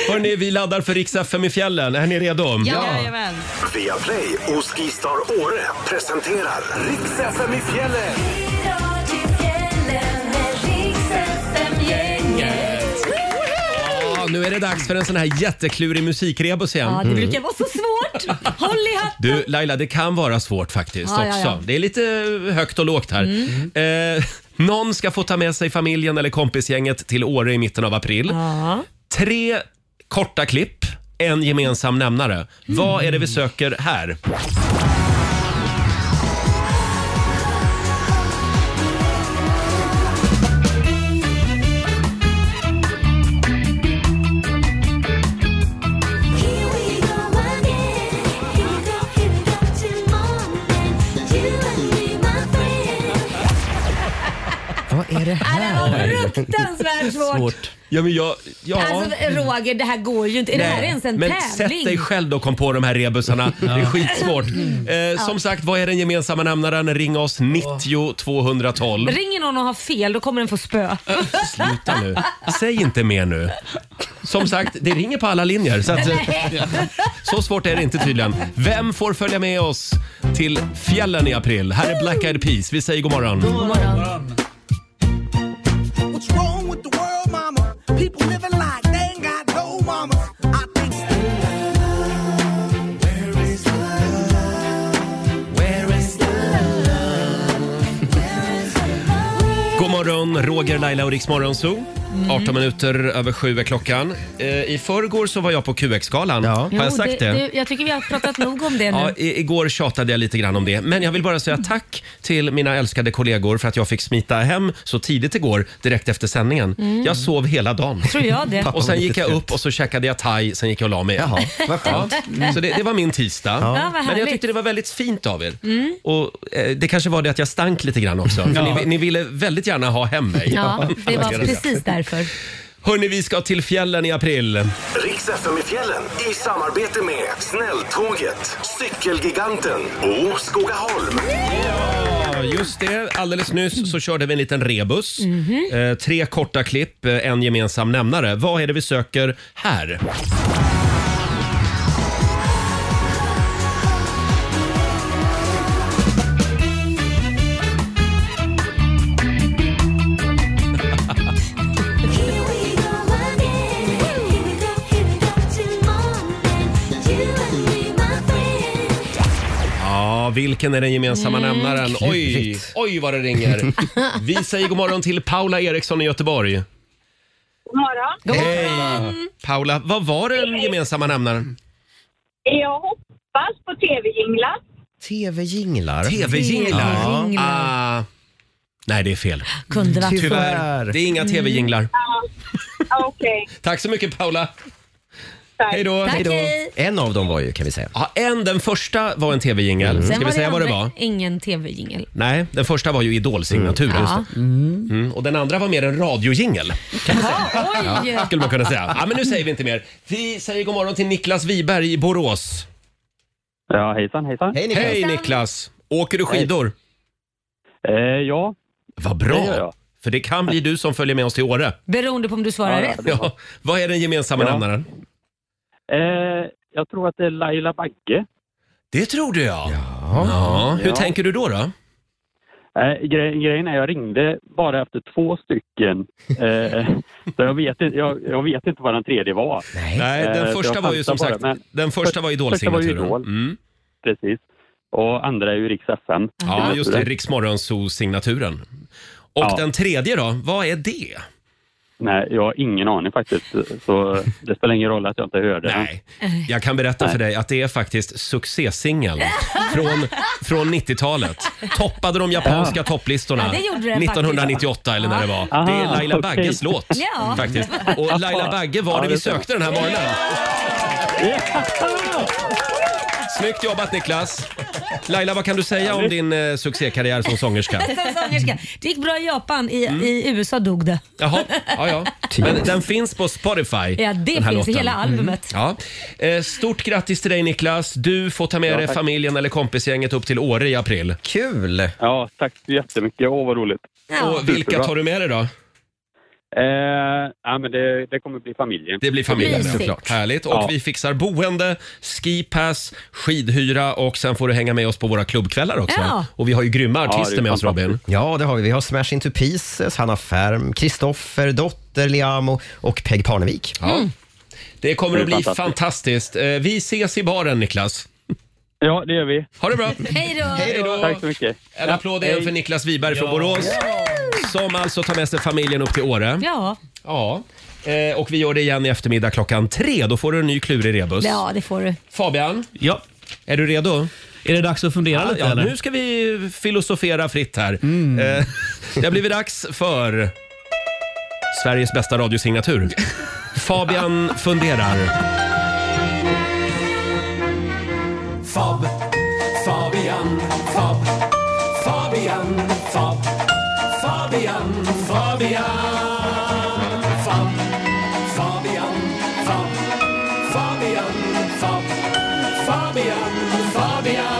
A: Hörni, vi laddar för riks FM i fjällen. Är ni redo?
J: Jajamän.
F: Via Play och Skistar Åre presenterar riks fm i fjällen.
A: Ja, Ah, nu är det dags för en sån här jätteklurig musikrebus igen. Mm.
C: Ja, det brukar vara så svårt. Håll i hatten.
A: Du Laila, det kan vara svårt faktiskt
C: Ja, ja,
A: också.
C: ja. Mm.
A: Det är lite högt och lågt här. Eh, någon ska få ta med sig familjen eller kompisgänget till Åre i mitten av april. Tre korta klipp, en gemensam nämnare. Vad är det vi söker här?
D: Vad är det
C: här? Fruktansvärt svårt.
A: Ja, men jag, ja.
C: Alltså Roger, det här går ju inte. Är det här ens en
A: men
C: tävling?
A: sätt dig själv då kom på de här rebusarna. Det är skitsvårt. Eh, som
C: Mm. Ja.
A: sagt, vad är den gemensamma nämnaren? Ring oss 90 212.
C: Ringer någon och har fel, då kommer den få spö.
A: Sluta nu. Säg inte mer nu. Som sagt, det ringer på alla linjer. Så, att,
C: Nej.
A: så svårt är det inte tydligen. Vem får följa med oss till fjällen i april? Här är Black Eyed Peas. Vi säger god morgon.
F: What's wrong with the world, mama? People living like they ain't got no mama. I think Where is the love? Where is the
A: God morgon, Roger, Laila och Riksmorgon Zoo. 18 minuter över sju är klockan. Eh, I förrgår så var jag på QX-galan. Har jag
C: Jo,
A: sagt det?
C: du, jag tycker vi har pratat nog om det nu. Mm.
A: Ja, i- igår tjatade jag lite grann om det, men jag vill bara säga tack till mina älskade kollegor för att jag fick smita hem så tidigt igår, direkt efter sändningen.
C: Mm.
A: Jag sov hela dagen.
C: Tror jag det.
A: Och sen gick jag upp och så käkade jag thai, sen gick jag och la mig.
C: Jaha, vad
A: ja.
C: skönt. Mm.
A: Så det, det var min tisdag.
C: Ja, vad
A: men jag
C: härligt.
A: tyckte det var väldigt fint av er.
C: Mm.
A: Och eh, Det kanske var det att jag stank lite grann också. För
C: Ja.
A: ni, ni ville väldigt gärna ha hem mig.
C: Ja, det var precis därför.
A: Hörni, vi ska till fjällen i april.
F: Riks FM i fjällen i samarbete med Snälltåget, Cykelgiganten och Skogaholm.
A: Ja, Just det. Alldeles nyss så körde vi en liten rebus.
G: Mhm.
A: Eh, tre korta klipp, eh, en gemensam nämnare. Vad är det vi söker här? Ja, vilken är den gemensamma
F: Mm.
A: nämnaren? Oj,
F: Klurigt.
A: oj vad det ringer. Vi säger god morgon till Paula Eriksson i Göteborg.
G: God morgon.
A: Paula, vad var den gemensamma nämnaren?
G: Jag hoppas på tv-jinglar.
A: TV-jinglar. TV-jinglar?
G: TV-jinglar.
A: Ah, nej, det är fel.
G: Kunde varit
A: Tyvärr.
G: så.
A: Det är inga
G: Mm.
A: TV-jinglar.
G: Ja, Okej.
A: Tack så mycket Paula. Hej då.
C: Tack, Hej då. hej.
A: En av dem var ju kan vi säga. Ja, en, den första var en tv-jingel.
C: Mm. Sen
A: Ska vi
C: var
A: säga vad det
C: andra
A: var?
C: Ingen tv-jingel.
A: Nej, den första var ju Idol-signatur.
C: Mm.
A: just
C: Ja.
A: det. Mm. Och den andra var mer en radiojingel. kan man säga.
C: Jaha, oj.
A: Ja, skulle man kunna säga. Ja, men nu säger vi inte mer. Vi säger god morgon till Niklas Wiberg i Borås.
K: Ja, hejsan, hejsan.
A: Hej Niklas. Åker du skidor? ja. Vad
K: Eh, Det
A: bra.
K: gör jag.
A: För det kan bli du som följer med oss till Åre.
C: Beroende på om du svarar rätt.
A: Ja. Vad är den gemensamma nämnaren?
K: Eh, jag tror att det är Laila Bagge.
A: Det tror du ja. Ja. Hur
K: Ja.
A: tänker du då? då?
K: Eh, gre- grejen är, jag ringde bara efter två stycken. Eh, så jag vet, inte- jag, jag vet inte vad den tredje var.
A: Nej,
K: Eh,
A: den
K: så jag
A: första var ju som
K: chansar
A: sagt,
K: bara, men-
A: den första var
K: Första var ju
A: idolsignaturen.
K: Idol.
A: Mm.
K: Precis. och andra är ju Rix FM.
A: Ja, just det. Riksmorgonzoo-signaturen. Och
K: Ja.
A: den tredje då? Vad är det?
K: Nej, jag har ingen aning faktiskt. Så det spelar ingen roll att jag inte hörde.
A: Nej.
K: Eh.
A: Jag kan berätta för dig att det är faktiskt succésingeln från, från 90-talet. Toppade de japanska
K: Ja.
A: topplistorna
K: Ja, det gjorde det
A: 1998 eller när det var.
K: Ja.
A: Det är Laila
K: Aha,
A: Bagges
K: okej.
A: låt
K: Ja.
A: faktiskt. Och Laila Bagge var
K: Ja,
A: det
K: det
A: vi
K: är så.
A: sökte den här morgonen. Snyggt jobbat Niklas! Laila, vad kan du säga om din eh, succékarriär som sångerska?
C: Som sångerska. Det gick bra i Japan, i,
A: Mm.
C: i USA dog det.
A: Jaha, ja, ja. Men den finns på Spotify.
C: Ja, det
A: den här
C: finns
A: låten.
C: i
A: Mm.
C: hela albumet.
A: Ja. Eh, Stort grattis till dig Niklas. Du får ta med
K: Ja,
A: dig
K: tack.
A: familjen eller kompisgänget upp till Åre i april.
D: Kul!
K: Ja, tack så jättemycket. Åh, vad roligt.
A: Och vilka tar du med dig då?
K: Eh, ja, men det, det kommer bli familjen.
A: Det blir familjen
K: Mysigt.
A: såklart. Härligt. Och
K: Ja.
A: vi fixar boende, skipass, skidhyra och sen får du hänga med oss på våra klubbkvällar också.
D: Ja.
A: Och vi har ju grymma
D: Ja,
A: artister
D: det är
A: med oss Robin.
D: Ja, det har vi. Vi har Smash Into Pieces, Hanna Färm, Kristoffer, Dotter, Liamo och Peg Parnevik.
A: Ja. Det kommer
D: Det är
A: att bli fantastiskt.
D: fantastiskt.
A: Eh, Vi ses i baren Niklas.
K: Ja, det gör vi.
A: Ha det bra.
C: Hej då!
A: Hej då!
K: Tack så mycket.
A: En applåd igen
K: Hej.
A: för Niklas Wiberg från Borås. Som alltså tar med sig familjen upp till Åre.
C: Ja.
A: Ja. Eh, och vi gör det igen i eftermiddag klockan tre. Då får du en ny klurig rebus.
C: ja, det får du.
A: Fabian? Ja. Är du redo? Är det dags att fundera
E: lite,
A: Ja,
E: eller?
A: nu ska vi filosofera fritt här. Eh, det har blivit dags för Sveriges bästa radiosignatur. Fabian funderar.
F: Fab, Fabian, Fab, Fabian, Fab, Fabian, Fabian, Fab, Fabian, Fab, Fabian, Fab, Fabian,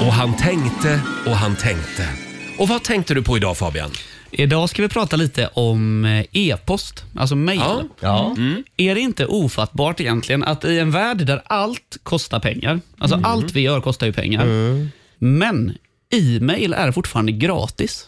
A: Och han tänkte och han tänkte. Och vad tänkte du på idag Fabian?
E: Idag ska vi prata lite om eh, e-post, alltså mail. Mm. Är det inte ofattbart egentligen att i en värld där allt kostar pengar, alltså
A: Mm.
E: allt vi gör kostar ju pengar, men e-mail är fortfarande gratis.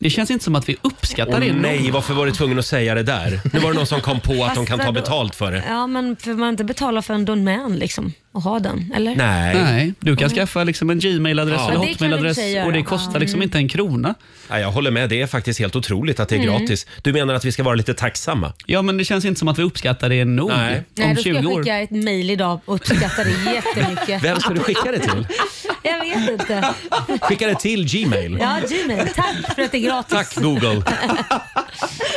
E: Det känns inte som att vi uppskattar
A: Åh
E: det.
A: nej, varför var du tvungen att säga det där? Nu var det någon som kom på att de
C: Fast
A: kan ta
C: vadå?
A: betalt för det.
C: Ja, men får man inte betala för en domän liksom och ha den? Eller? Mm.
A: Nej.
E: Nej, du kan skaffa liksom en Gmail-adress
A: Ja.
E: eller
C: Ja, det kan du i och för
E: Hotmail-adress
C: sig göra.
E: och det kostar liksom
C: Mm.
E: inte en krona.
A: Nej, jag håller med, det är faktiskt helt otroligt att det är
C: Mm.
A: gratis. Du menar att vi ska vara lite tacksamma?
E: Ja, men det känns inte som att vi uppskattar det nog.
A: Nej.
C: Nej, då ska jag skicka ett mejl idag och uppskatta det jättemycket.
A: Vem ska du skicka det till?
C: Jag vet inte.
A: Skicka det till Gmail.
C: Ja, Gmail. Tack för att det är gratis.
A: Tack Google. Det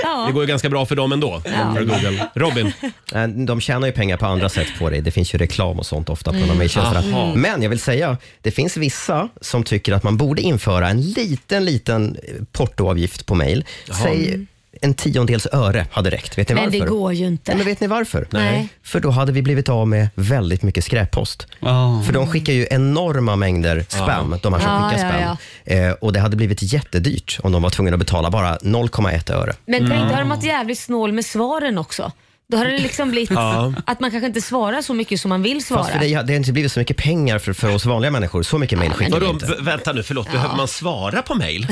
C: Ja.
A: går ju ganska bra för dem ändå.
C: Ja.
A: För Google. Robin?
D: Eh, De tjänar ju pengar på andra sätt på det. Det finns ju reklam och sånt ofta på de här mejltjänsterna.
A: Mm. Aha.
D: Men jag vill säga, det finns vissa som tycker att man borde införa en liten, liten portoavgift på mejl.
C: Jaha.
D: Säg en tiondels öre hade räckt. Vet ni
C: Men
D: varför?
C: det går ju inte.
D: Nej, men vet ni varför?
C: Nej.
D: För då hade vi blivit av med väldigt mycket skräppost.
A: Ah.
D: För de skickar ju enorma mängder spam, de här som
C: Ja,
D: skickar
C: Ah, ja,
D: spam. Eh, och det hade blivit jättedyrt om de var tvungna att betala bara 0,1 öre.
C: Men
A: Mm.
C: tänk, då har de varit jävligt snål med svaren också. Då har det liksom blivit
D: Ja.
C: att man kanske inte svarar så mycket som man vill svara.
D: Fast för dig, det har inte blivit så mycket pengar för, för oss vanliga människor. Så mycket mejl skickar vi
A: Vadå,
D: inte.
A: vä- vänta nu, förlåt, behöver man svara på mejl?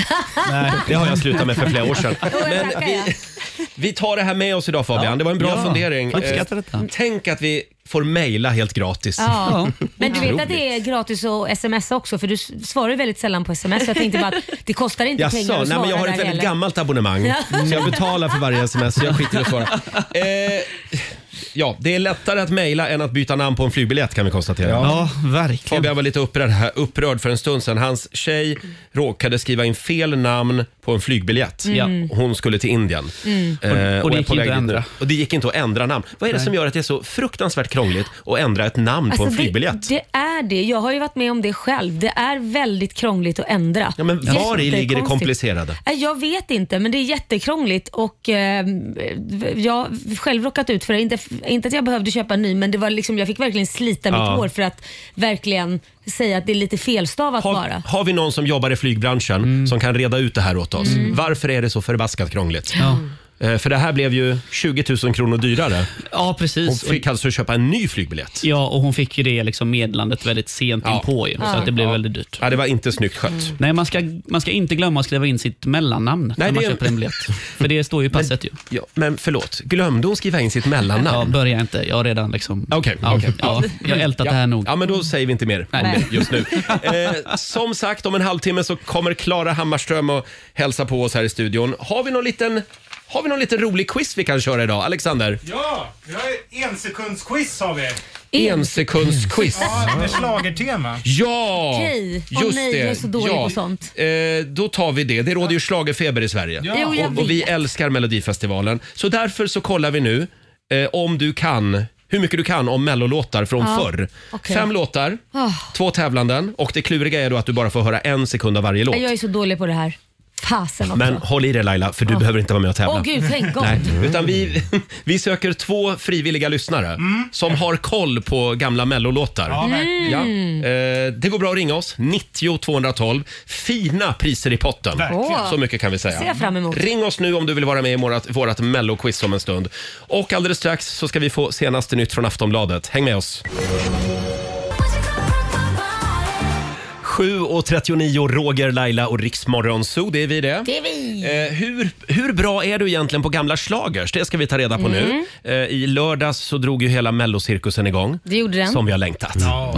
D: Nej.
A: Det har jag slutat med för flera år sedan.
D: Jo, jag
A: Men
D: tackar,
A: vi, vi tar det här med oss idag Fabian, det var en bra
E: Ja.
A: fundering.
E: Jag uppskattar
A: Eh, Tänk att vi får mejla helt gratis.
C: Ja. Men du vet att
A: Otroligt.
C: det är gratis att smsa också för du s- svarar ju väldigt sällan på sms. Så jag tänkte bara att det kostar inte
A: Jaså,
C: pengar att
A: nej,
C: svara
A: men jag har
C: där
A: ett väldigt
C: heller.
A: gammalt abonnemang.
C: Ja.
A: Så jag betalar för varje sms, så jag skiter i att svara. Eh, ja, det är lättare att mejla än att byta namn på en flygbiljett kan vi konstatera.
E: Ja, verkligen.
A: Fabian var lite upprörd, här, upprörd för en stund sedan. Hans tjej råkade skriva in fel namn på en flygbiljett.
E: Mm.
A: Hon skulle till Indien.
E: Mm.
A: Eh,
E: Och- och det
A: är på
E: gick inte
A: väg
E: att
A: dit nu.
E: ändra.
A: Och det gick inte att ändra namn. Vad är det
E: Nej.
A: som gör att det är så fruktansvärt krångligt att ändra ett namn på en flygbiljett?
C: Alltså, Det, det är det. Jag har ju varit med om det själv. Det är väldigt krångligt att ändra.
A: Ja, men var i ligger det
C: Jättekonstigt.
A: komplicerade?
C: Nej, Jag vet inte, men det är jättekrångligt och eh, jag har själv råkat ut för det. Inte, inte att jag behövde köpa en ny, men det var liksom, jag fick verkligen slita
A: Ja.
C: mitt hår för att verkligen säga att det är lite felstavat bara.
A: Har vi
E: Mm.
A: någon som jobbar i flygbranschen som kan reda ut det här åt oss? Varför är det så förbaskat krångligt? Eh, För det här blev ju 20 000 kronor dyrare.
E: Ja, precis.
A: Hon fick alltså köpa en ny flygbiljett.
E: Ja, och hon fick ju det liksom meddelandet väldigt sent inpå. Ju, Så
A: Ja.
E: att det blev
A: Ja.
E: väldigt dyrt. Mm.
A: Ja, det var inte snyggt skött.
E: Nej, man ska, man ska inte glömma att skriva in sitt mellannamn
A: Nej,
E: när man
A: det-
E: köper en biljett. För det står ju i passet. ju.
A: Ja, men förlåt, glömde hon skriva in sitt mellannamn?
E: Ja, börja inte. Jag har redan liksom...
A: Okej.
E: Ja,
A: okej.
E: ja, jag har ältat det här nog.
A: Ja, men då säger vi inte mer om
E: Nej.
A: det just nu. Eh, som sagt, om en halvtimme så kommer Klara Hammarström och hälsa på oss här i studion. Har vi någon liten, har vi någon liten rolig quiz vi kan köra idag? Alexander?
I: Ja, vi har ju ensekundsquiz har vi.
A: Ensekundsquiz.
I: Ja, med schlagertema.
A: Ja!
I: Okej.
C: Åh,
A: Just
C: nej,
A: det.
C: jag är så dålig
A: ja.
C: på sånt.
A: Eh, då tar vi det. Det råder ju schlagerfeber i Sverige.
C: Ja. Jo, jag
A: och, och vi
C: vet.
A: älskar Melodifestivalen. Så därför så kollar vi nu eh, om du kan, hur mycket du kan om mellolåtar från
C: Ja,
A: förr.
C: okej.
A: Fem låtar, två tävlanden och det kluriga är då att du bara får höra en sekund av varje låt.
C: Nej, Ah, Jag är så dålig på det här. Fasen också.
A: Men håll i dig Laila, för du
C: Ja.
A: behöver inte vara med och tävla.
C: Åh, gud, thank God.
A: Nej, utan vi, vi söker två frivilliga lyssnare
C: Mm.
A: som har koll på gamla mellolåtar.
I: Ja, verkligen.
A: Ja.
I: Mm.
A: Eh, det går bra att ringa oss, 90 212. Fina priser i potten.
C: Verkligen.
A: Så mycket kan vi säga.
C: Ser jag fram emot.
A: Ring oss nu om du vill vara med i vårat, vårat melloquiz om en stund. Och alldeles strax så ska vi få senaste nytt från Aftonbladet. Häng med oss. 7.39, Roger, Laila och Riksmorgon Zoo, det är vi det.
C: Det är vi.
A: Eh, hur, hur bra är du egentligen på gamla slagers? Det ska vi ta reda på
C: Mm.
A: nu. Eh, I lördags så drog ju hela mellocirkusen igång.
C: Det gjorde den.
A: Som vi har längtat.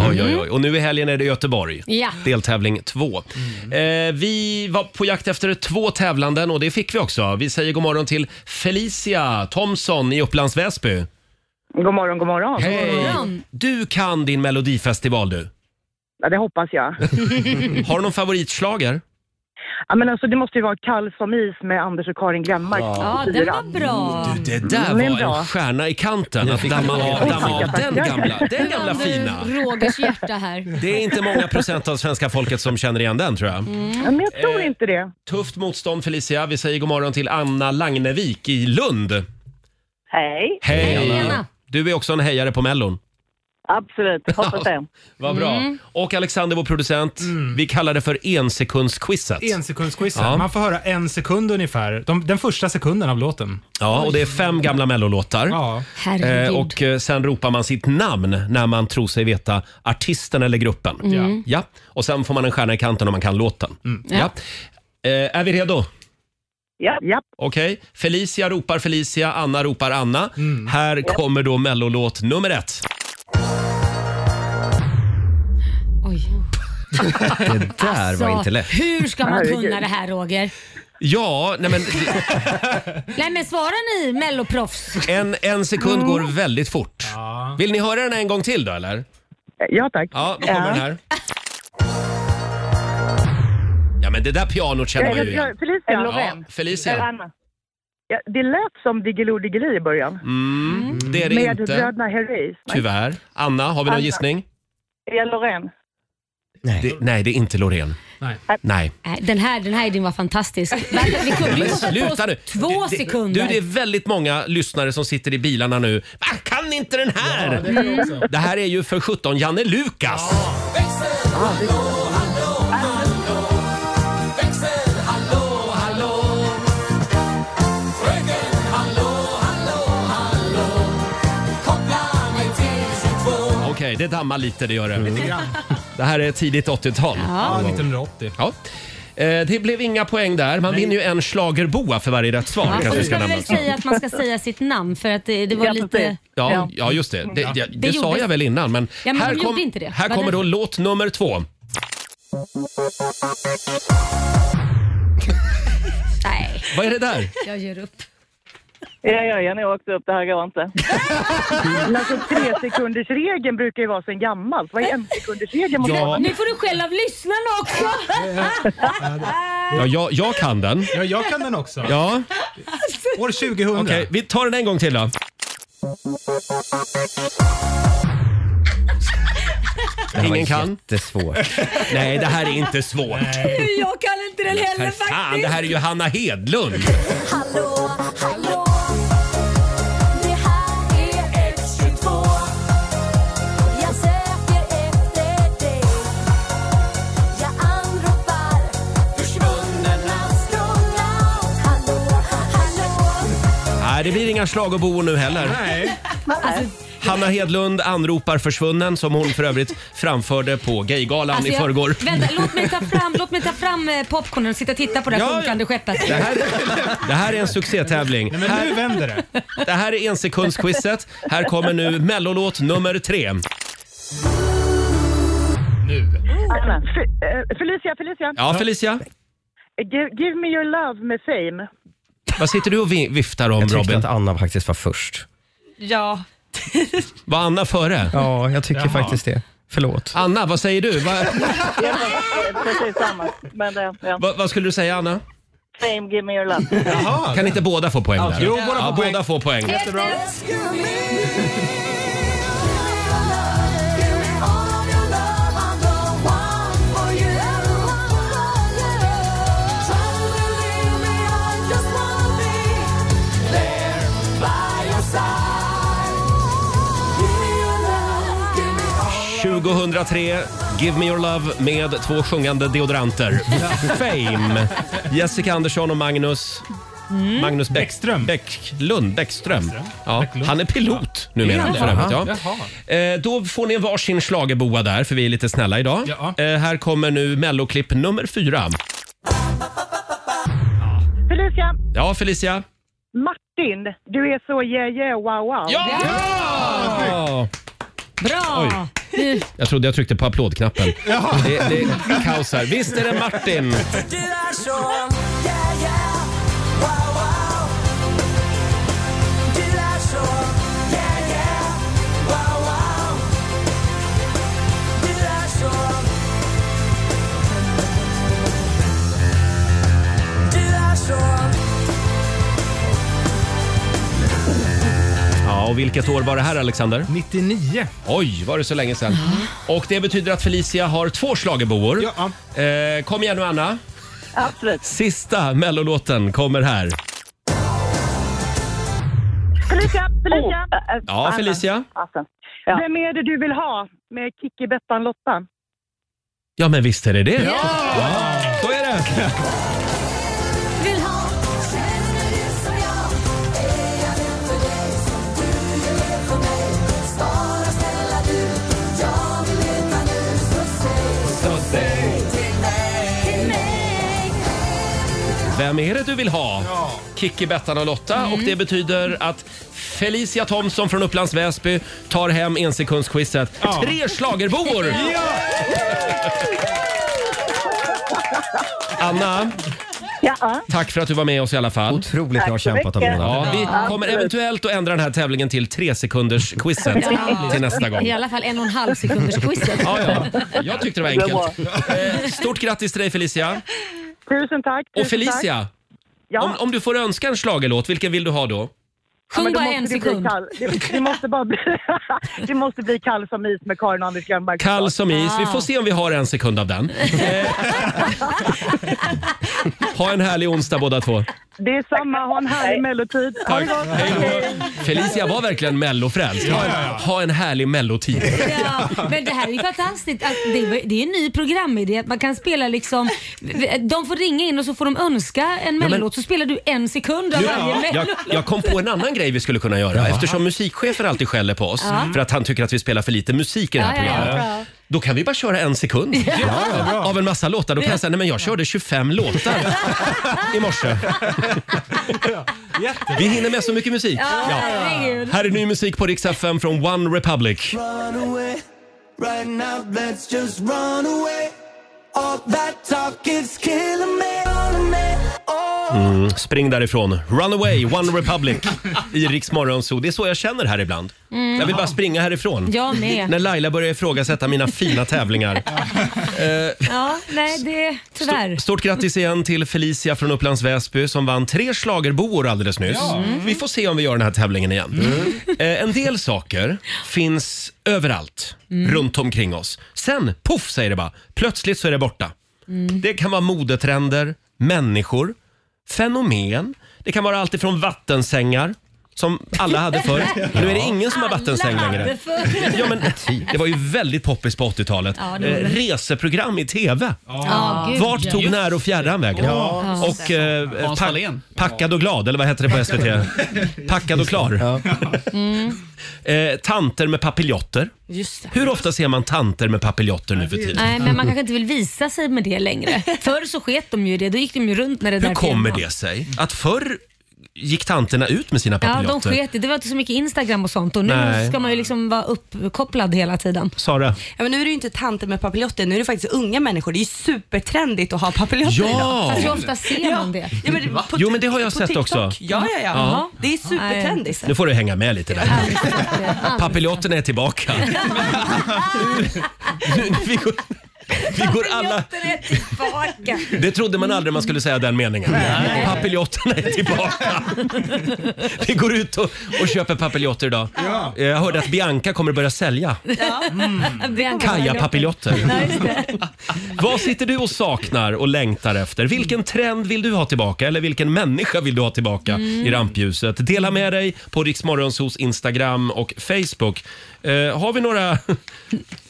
A: Oj, oj, oj. Och nu i helgen är det Göteborg.
C: Ja.
A: Deltävling två. Eh, vi var på jakt efter två tävlanden och det fick vi också. Vi säger god morgon till Felicia Thomsson i Upplands Väsby.
L: God morgon, god morgon.
A: Hej! Du kan din melodifestival du.
L: Ja, det hoppas jag.
C: Mm.
A: Har du någon favoritslager?
L: ja, men alltså, det måste ju vara Kall som is med Anders och Karin Glenmark.
A: Ja.
C: Ja, den var bra.
A: Du, det där
L: Mm,
A: var
L: bra.
A: en stjärna i kanten att damma av, damma av den gamla, den gamla
C: Nu vann du
A: fina.
L: Mm.
C: Rogers hjärta här.
A: Det är inte många procent av svenska folket som känner igen den tror jag.
L: Ja, men jag
A: Eh,
L: tror inte det.
A: Tufft motstånd Felicia. Vi säger god morgon till Anna Langnevik i Lund.
L: Hej.
A: Hej Anna! Du är också en hejare på Mellon.
L: Absolut, hoppas det.
A: Vad bra.
L: Mm.
A: Och Alexander, vår producent. Vi kallar det för ensekundsquizet.
I: Ensekundsquizen.
A: Ja.
I: Man får höra en sekund ungefär. De, den första sekunden av låten.
A: Ja, och det är fem gamla mellolåtar.
I: Herregud.
A: Eh, och eh, sen ropar man sitt namn när man tror sig veta artisten eller gruppen.
I: Mm.
A: Ja. Och sen får man en stjärna i kanten om man kan låten. Ja. Eh, är vi redo?
L: Ja. ja.
A: Okej. Felicia ropar Felicia, Anna ropar Anna. Här kommer då mellolåt nummer ett.
D: Det där var inte lätt.
C: Hur ska man
D: Herregud.
C: kunna det här Roger?
A: Alltså, Ja, nej men
C: Nej men svara ni melloproffs.
A: en, en sekund går
L: Mm.
A: väldigt fort. Vill ni höra den en gång till då eller?
L: Eh, Ja tack.
A: Ja, då kommer
L: Ja.
A: den här. Ja men det där pianot känner man ju igen.
L: Felicia.
A: Eller Loreen. Ja, Felicia.
L: Eller Anna. Ja, det lät som Diggiloo Diggiloo i början.
A: Mm, det är det
L: Med
A: inte.
L: bröderna Herreys.
A: Tyvärr. Anna, har vi någon
L: Anna.
A: gissning?
L: Ja, Loreen.
A: Nej. Det, nej, det är inte Loreen.
I: Nej.
A: Nej.
C: Nej, Den här, den här idén var fantastisk. Vi kunde ju
A: Men
C: gått på
A: sluta
C: oss
A: nu.
C: två
A: Det-
C: sekunder.
A: Du, det är väldigt många lyssnare som sitter i bilarna nu. Va, kan inte den här?
C: Ja, det kan jag också.
A: det här är ju för 17 Janne Lukas. Okej, det dammar lite, det gör det.
I: Lite grann.
A: Det här är tidigt 80-tal.
I: Ja, 1980.
A: Ja. Eh, Det blev inga poäng där. Man vinner ju en schlagerboa för varje rätt svar.
C: Ja,
A: kanske
C: och så
A: ska
C: ska vi väl
A: nämnas.
C: säga att man ska säga sitt namn för att det, det var lite...
A: Ja, ja, just det. Det, det, det,
C: Det
A: sa
C: gjordes.
A: jag väl innan. Men,
C: Ja, men
A: här,
C: de
A: kom,
C: gjorde inte det.
A: här
C: Vad
A: kommer då
C: därför?
A: låt nummer två.
C: Nej.
A: Vad är det där?
C: Jag ger upp.
L: Ja, ja, jag har åkt upp. Det här går inte. Men alltså, tre sekunders regeln brukar ju vara sen gammalt. Vad är en sekunders regeln?
A: Ja.
C: Nu får du skäll av lyssnarna också.
A: Ja, jag, jag kan den.
I: Ja, jag kan den också.
A: Ja.
I: År 2000.
A: Okej, vi tar den en gång till då.
D: Det här var
A: Ingen kan.
D: jättesvårt.
A: Nej, det här är inte svårt.
C: Jag kan inte den
A: För
C: heller
A: fan,
C: faktiskt.
A: det här är ju Hanna Hedlund.
H: Hallå, hallå Det här är X22 Jag söker efter dig Jag anropar försvunna astronaut Hallå, hallå
A: det blir inga schlagerboor nu heller.
I: Nej.
C: Alltså-
A: Hanna Hedlund anropar försvunnen som hon för övrigt framförde på Gaygalan
C: Alltså,
A: i
C: jag-
A: förrgår.
C: Vänta, låt mig ta fram, låt mig ta fram eh, popcornen och sitta och titta på det här
A: Ja, ja.
C: sjunkande skeppet.
A: Det här, det här är en succétävling. Nej, men nu vänder det. Det här är ensekundsquizet. Här kommer nu mellolåt nummer tre.
L: Anna, Fe- eh, Felicia, Felicia. Eh,
A: Ja, Felicia,
L: Give, give me your love med Fame.
A: vad sitter du och vi- viftar om
D: Jag tyckte
A: Robin?
D: att Anna faktiskt var först.
C: Ja.
A: Var Anna före?
D: Ja, jag tycker faktiskt det. Förlåt.
A: Anna, vad säger du? Va,
L: Jag vet, eh, Precis samma. Men det, ja.
A: va, vad skulle du säga Anna?
L: Fame, give me your love.
A: Kan inte båda få poäng där?
I: Jo, båda
A: ja,
I: får
A: båda får poäng. ...2003, Give Me Your Love med två sjungande deodoranter. Fame. Jessica Andersson och Magnus... Magnus Bäck, Bäckström. Bäcklund, Bäckström. Ja, han är pilot numera.
I: Är han det?
A: För övrigt, ja.
I: Jaha.
A: Eh, då får ni varsin schlagerboa där, för vi är lite snälla idag. Eh, här kommer nu melloklipp nummer fyra.
L: Felicia,
A: Ja, Felicia?
L: Martin, du är så yeah yeah wow wow.
A: Ja! Ja!
C: Bra! Nu-
A: Jag trodde jag tryckte på applådknappen. Det, det är kaos här. Visst är det Martin? Ja, och vilket år var det här Alexander?
I: 99.
A: Oj, var det så länge sedan? Och det betyder att Felicia har två schlagerboor. Eh, kom igen nu Anna.
L: Absolut.
A: Sista mellolåten kommer här.
L: Felicia, Felicia.
C: Oh.
A: Ja, Felicia.
L: Vem är det du vill ha med Kikki, Bettan, Lottan?
A: Ja, men visst är det det. Så är det. Vem är det du vill ha? Kikki, Bettan och Lotta.
L: Mm.
A: Och det betyder att Felicia Thomsson från Upplands Väsby tar hem ensekundsquizet. Tre schlagerboor! Anna,
L: Ja.
A: tack för att du var med oss i alla fall. Otroligt
L: Tack bra så kämpat av mycket. båda.
A: Ja,
L: Ja,
A: vi kommer
L: absolut.
A: eventuellt att ändra den här tävlingen till tre sekunders quizet
C: Ja.
A: till nästa gång.
C: I alla fall en och en halv sekunders quizet.
A: Ja, ja. Jag tyckte det var enkelt. Eh, Stort grattis till dig Felicia.
L: Tusen tack. tusen
A: Och
L: tack.
A: Felicia,
L: Ja.
A: om, om du får önska en schlagerlåt, vilken vill du ha då?
L: Ja, men
C: Sjung
L: då
C: bara
L: måste
C: en
L: det bli
C: sekund.
L: kall. Det, det, måste bara bli, det måste bli kall som is med Karin och Anders Grönberg.
A: Kall som is.
J: Ah.
A: Vi får se om vi har en sekund av den. Eh, ha en härlig onsdag båda två.
L: Det är samma. Ha en härlig mellotid. Ha det
A: Tack.
L: gott.
A: Hej då. Felicia var verkligen mellofrälsk. Ha, en- ha en härlig mellotid.
C: Ja, men det här är ju fantastiskt. Att det, är, det är en ny programidé. Att man kan spela liksom... De får ringa in och så får de önska en mellolåt så spelar du en sekund av varje
A: Ja, jag,
C: mellolåt.
A: jag kom på en annan grej vi skulle kunna göra eftersom musikchefen alltid skäller på oss
C: Ja.
A: för att han tycker att vi spelar för lite musik i det här
C: Ja, ja, ja,
A: programmet.
C: bra.
A: Då kan vi bara köra en sekund
C: Ja, ja, bra.
A: av en massa låtar. Då kan jag säga, nej men jag körde 25 låtar i morse. Vi hinner med så mycket musik.
H: Ja, herregud.
A: Här är ny musik på Rix FM från One Republic.
H: Run away, right now, let's just run away. All that talk is killing me. Killing me.
A: Mm, spring därifrån. Runaway, One Republic i Rix Morgonzoo. Det är så jag känner här ibland.
C: Mm.
A: Jag vill bara springa härifrån.
C: Jag med.
A: När Laila börjar ifrågasätta mina fina tävlingar. Eh,
C: Ja, nej det... Tyvärr.
A: Stort grattis igen till Felicia från Upplands Väsby som vann tre schlagerboor alldeles nyss.
C: Ja. Mm.
A: Vi får se om vi gör den här tävlingen igen. Eh, en del saker finns överallt
C: Mm.
A: runt omkring oss. Sen, poff säger det bara, plötsligt så är det borta.
C: Mm.
A: Det kan vara modetrender, människor, fenomen. Det kan vara allt ifrån vattensängar som alla hade förr. Nu är det ingen som har vattensäng
C: Alla hade
A: längre.
C: förr.
A: Ja, men,
D: Typ.
A: det var ju väldigt poppis på 80-talet.
C: Ja, det var det.
A: eh, reseprogram i TV.
C: Ja, gud,
A: Vart tog
C: ja.
A: när och fjärran vägen?
C: Ja.
A: Och eh, pa Packad och glad, eller vad hette det på SVT? Packad och klar. Mm. Eh, tanter med papiljotter.
J: Just det.
A: Hur ofta ser man tanter med papiljotter nu för tiden?
C: Nej, men man kanske inte vill visa sig med det längre. Förr så sket de ju i det. Då gick de ju runt när det där
A: Hur kommer
C: fjärran
A: det sig att förr gick tanterna ut med sina
C: var. Ja,
A: papiljotter?
C: de sket i det. Det var inte så mycket Instagram och sånt och nu
A: Nej.
C: ska man ju liksom vara uppkopplad hela tiden.
A: Sara?
J: Ja, men nu är det ju inte tanter med papiljotter, nu är det faktiskt unga människor. Det är ju supertrendigt att ha papiljotter
A: Ja!
J: idag.
A: Fast hur
C: ofta ser man det?
J: Ja, men det på
A: Jo, men det har jag
J: på
A: sett
J: TikTok.
A: också.
J: Ja, ja, ja.
A: Ja.
J: Det är supertrendigt.
A: Nu får du hänga med lite där. Papiljotten är tillbaka. Nu, vi, går, vi går alla...
C: är tillbaka.
A: Det trodde man aldrig man skulle säga den meningen. Papiljotten är tillbaka. Vi går ut och, och köper papiljotter idag.
C: Ja.
A: Jag hörde att Bianca kommer börja sälja Mm. Kaja-papiljotter.
C: Ja, just det.
A: Vad sitter du och saknar och längtar efter? Vilken trend vill du ha tillbaka? Eller vilken människa vill du ha tillbaka
C: Mm.
A: i rampljuset? Dela med dig på Riksmorgonsos Instagram och Facebook. Eh, har vi några...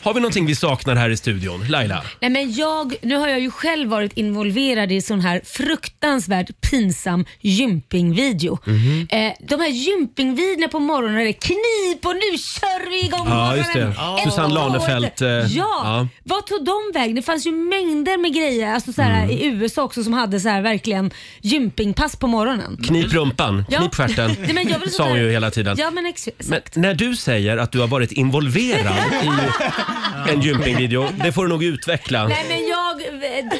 A: Har vi någonting vi saknar här i studion? Laila?
C: Nej, men jag, nu har jag ju själv varit involverad i sån här fruktansvärt pinsam gympingvideo.
A: Mm.
C: Eh, de här gympingvideorna på morgonen när det är knip och nu kör vi igång
A: Ja,
C: morgonen.
A: just det.
C: Ett
A: Susanne
C: år.
A: Lanefelt, eh,
C: ja.
A: ja.
C: vad tog de vägen? Det fanns ju mängder med grejer alltså så
A: Mm.
C: här, i USA också som hade så här, verkligen gympingpass på morgonen.
A: Knip rumpan,
C: Ja.
A: knip stjärten,
C: Nej, men jag vill
A: sa hon ju hela tiden.
C: Ja, men ex-
A: Men när du säger att du har varit involverad i en gympingvideo, det får du nog utveckla.
C: Nej, men jag,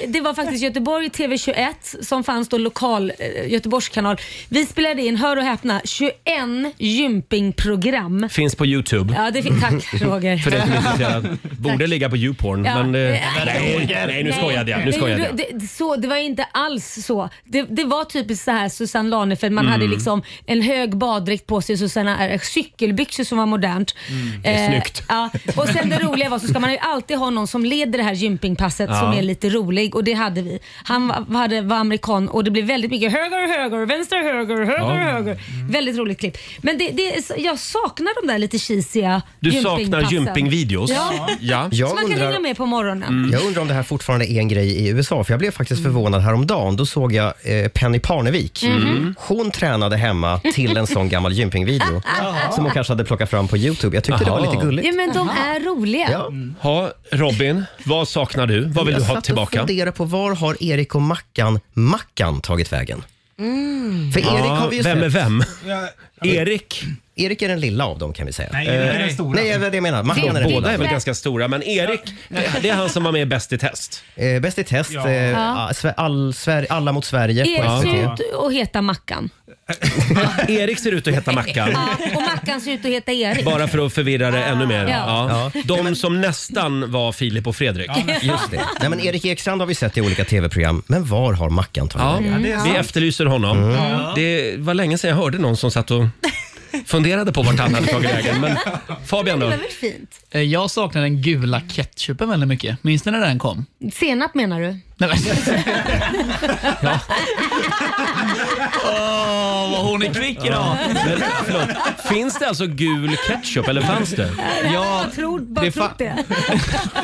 C: det var faktiskt Göteborg TV21 som fanns då lokal eh, Göteborgskanal. Vi spelade in, hör och häpna, 21 gympingprogram.
A: Finns på Youtube.
C: Ja, det fin- tack, Roger.
A: För dig som är intresserad. Borde ligga på Youporn.
C: Ja,
A: Men, eh,
C: eh,
A: nej, nej, nu skojade jag. Nu skojade jag.
C: Det, det- så, det var inte alls så. Det, det var typiskt så här Susanne Lanefeld. Man
A: Mm.
C: hade liksom en hög baddräkt på sig och så såna, eh, cykelbyxor som var modernt.
A: Mm, det är snyggt.
C: Eh, Ja. Och sen det roliga var så ska man ju alltid ha någon som leder det här gympingpasset
A: Ja.
C: som är lite rolig och det hade vi. Han var, hade, var amerikan och det blev väldigt mycket höger, höger, vänster, höger, höger,
A: Ja. Mm.
C: höger. Väldigt roligt klipp. Men det, det, är- jag saknar de där lite cheesiga
A: Du saknar
C: gympingpassen.
A: gympingvideos.
C: Ja.
A: Ja. Mm.
C: så man kan hänga med på morgonen.
D: Jag undrar om det här fortfarande är en grej i USA, för jag blev faktiskt
C: Mm.
D: förvånad häromdagen. Då såg jag eh, Penny Parnevik. Mm.
C: Mhm.
D: Hon tränade hemma till en sån gammal gympingvideo som hon kanske hade plockat fram på Youtube. Jag tyckte det
A: Jaha.
D: var lite gulligt.
C: Ja men de är roliga.
D: Ja.
A: Ha, Robin, vad saknar du? Vad vill
D: jag
A: du ha
D: satt
A: tillbaka?
D: och funderade på var har Erik och Mackan, Mackan tagit vägen?
C: Eh, mm.
D: För Erik
A: Ja,
D: har vi ju
A: vem
D: sett.
A: är vem? Erik.
D: Erik är den lilla av dem kan vi säga.
A: Nej, Erik är
D: Eh,
A: den stora.
D: Nej, det är det jag menar. Mackan är den
A: Båda
D: lilla.
A: är väl ganska stora, men Erik, det- det är han som var med i Bäst i test.
D: Eh, Bäst i test,
A: Ja.
D: eh,
C: Ja.
D: Sve- all, Sver- alla mot Sverige
C: Erik
D: SVT.
C: ser ut att heta Mackan.
A: Erik ser ut att heta Mackan.
C: Ja, och Mackan ser ut att heta Erik.
A: Bara för att förvirra det ännu mer. Ja.
C: Ja.
A: De som nästan var Filip och Fredrik.
C: Ja, men-
D: Just det. Nej, men Erik Ekstrand har vi sett i olika tv-program, men var har Mackan tagit
A: Ja,
D: vägen?
A: vi efterlyser honom.
D: Mm.
A: Det var länge sedan jag hörde någon som satt och funderade på vart han hade tagit vägen. Men Fabian då?
C: fint?
M: Eh, Jag saknar den gula ketchupen väldigt mycket. Minns ni när den kom?
C: Senap menar du?
M: Nej, men- Åh, vad hon är kvick idag!
A: Men, förlåt, finns det alltså gul ketchup eller fanns det?
M: Ja,
C: tror,
M: det fa-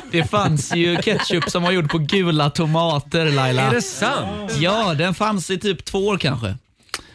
M: det fanns ju ketchup som var gjord på gula tomater Laila.
A: Är det sant?
M: Ja, den fanns i typ två år kanske.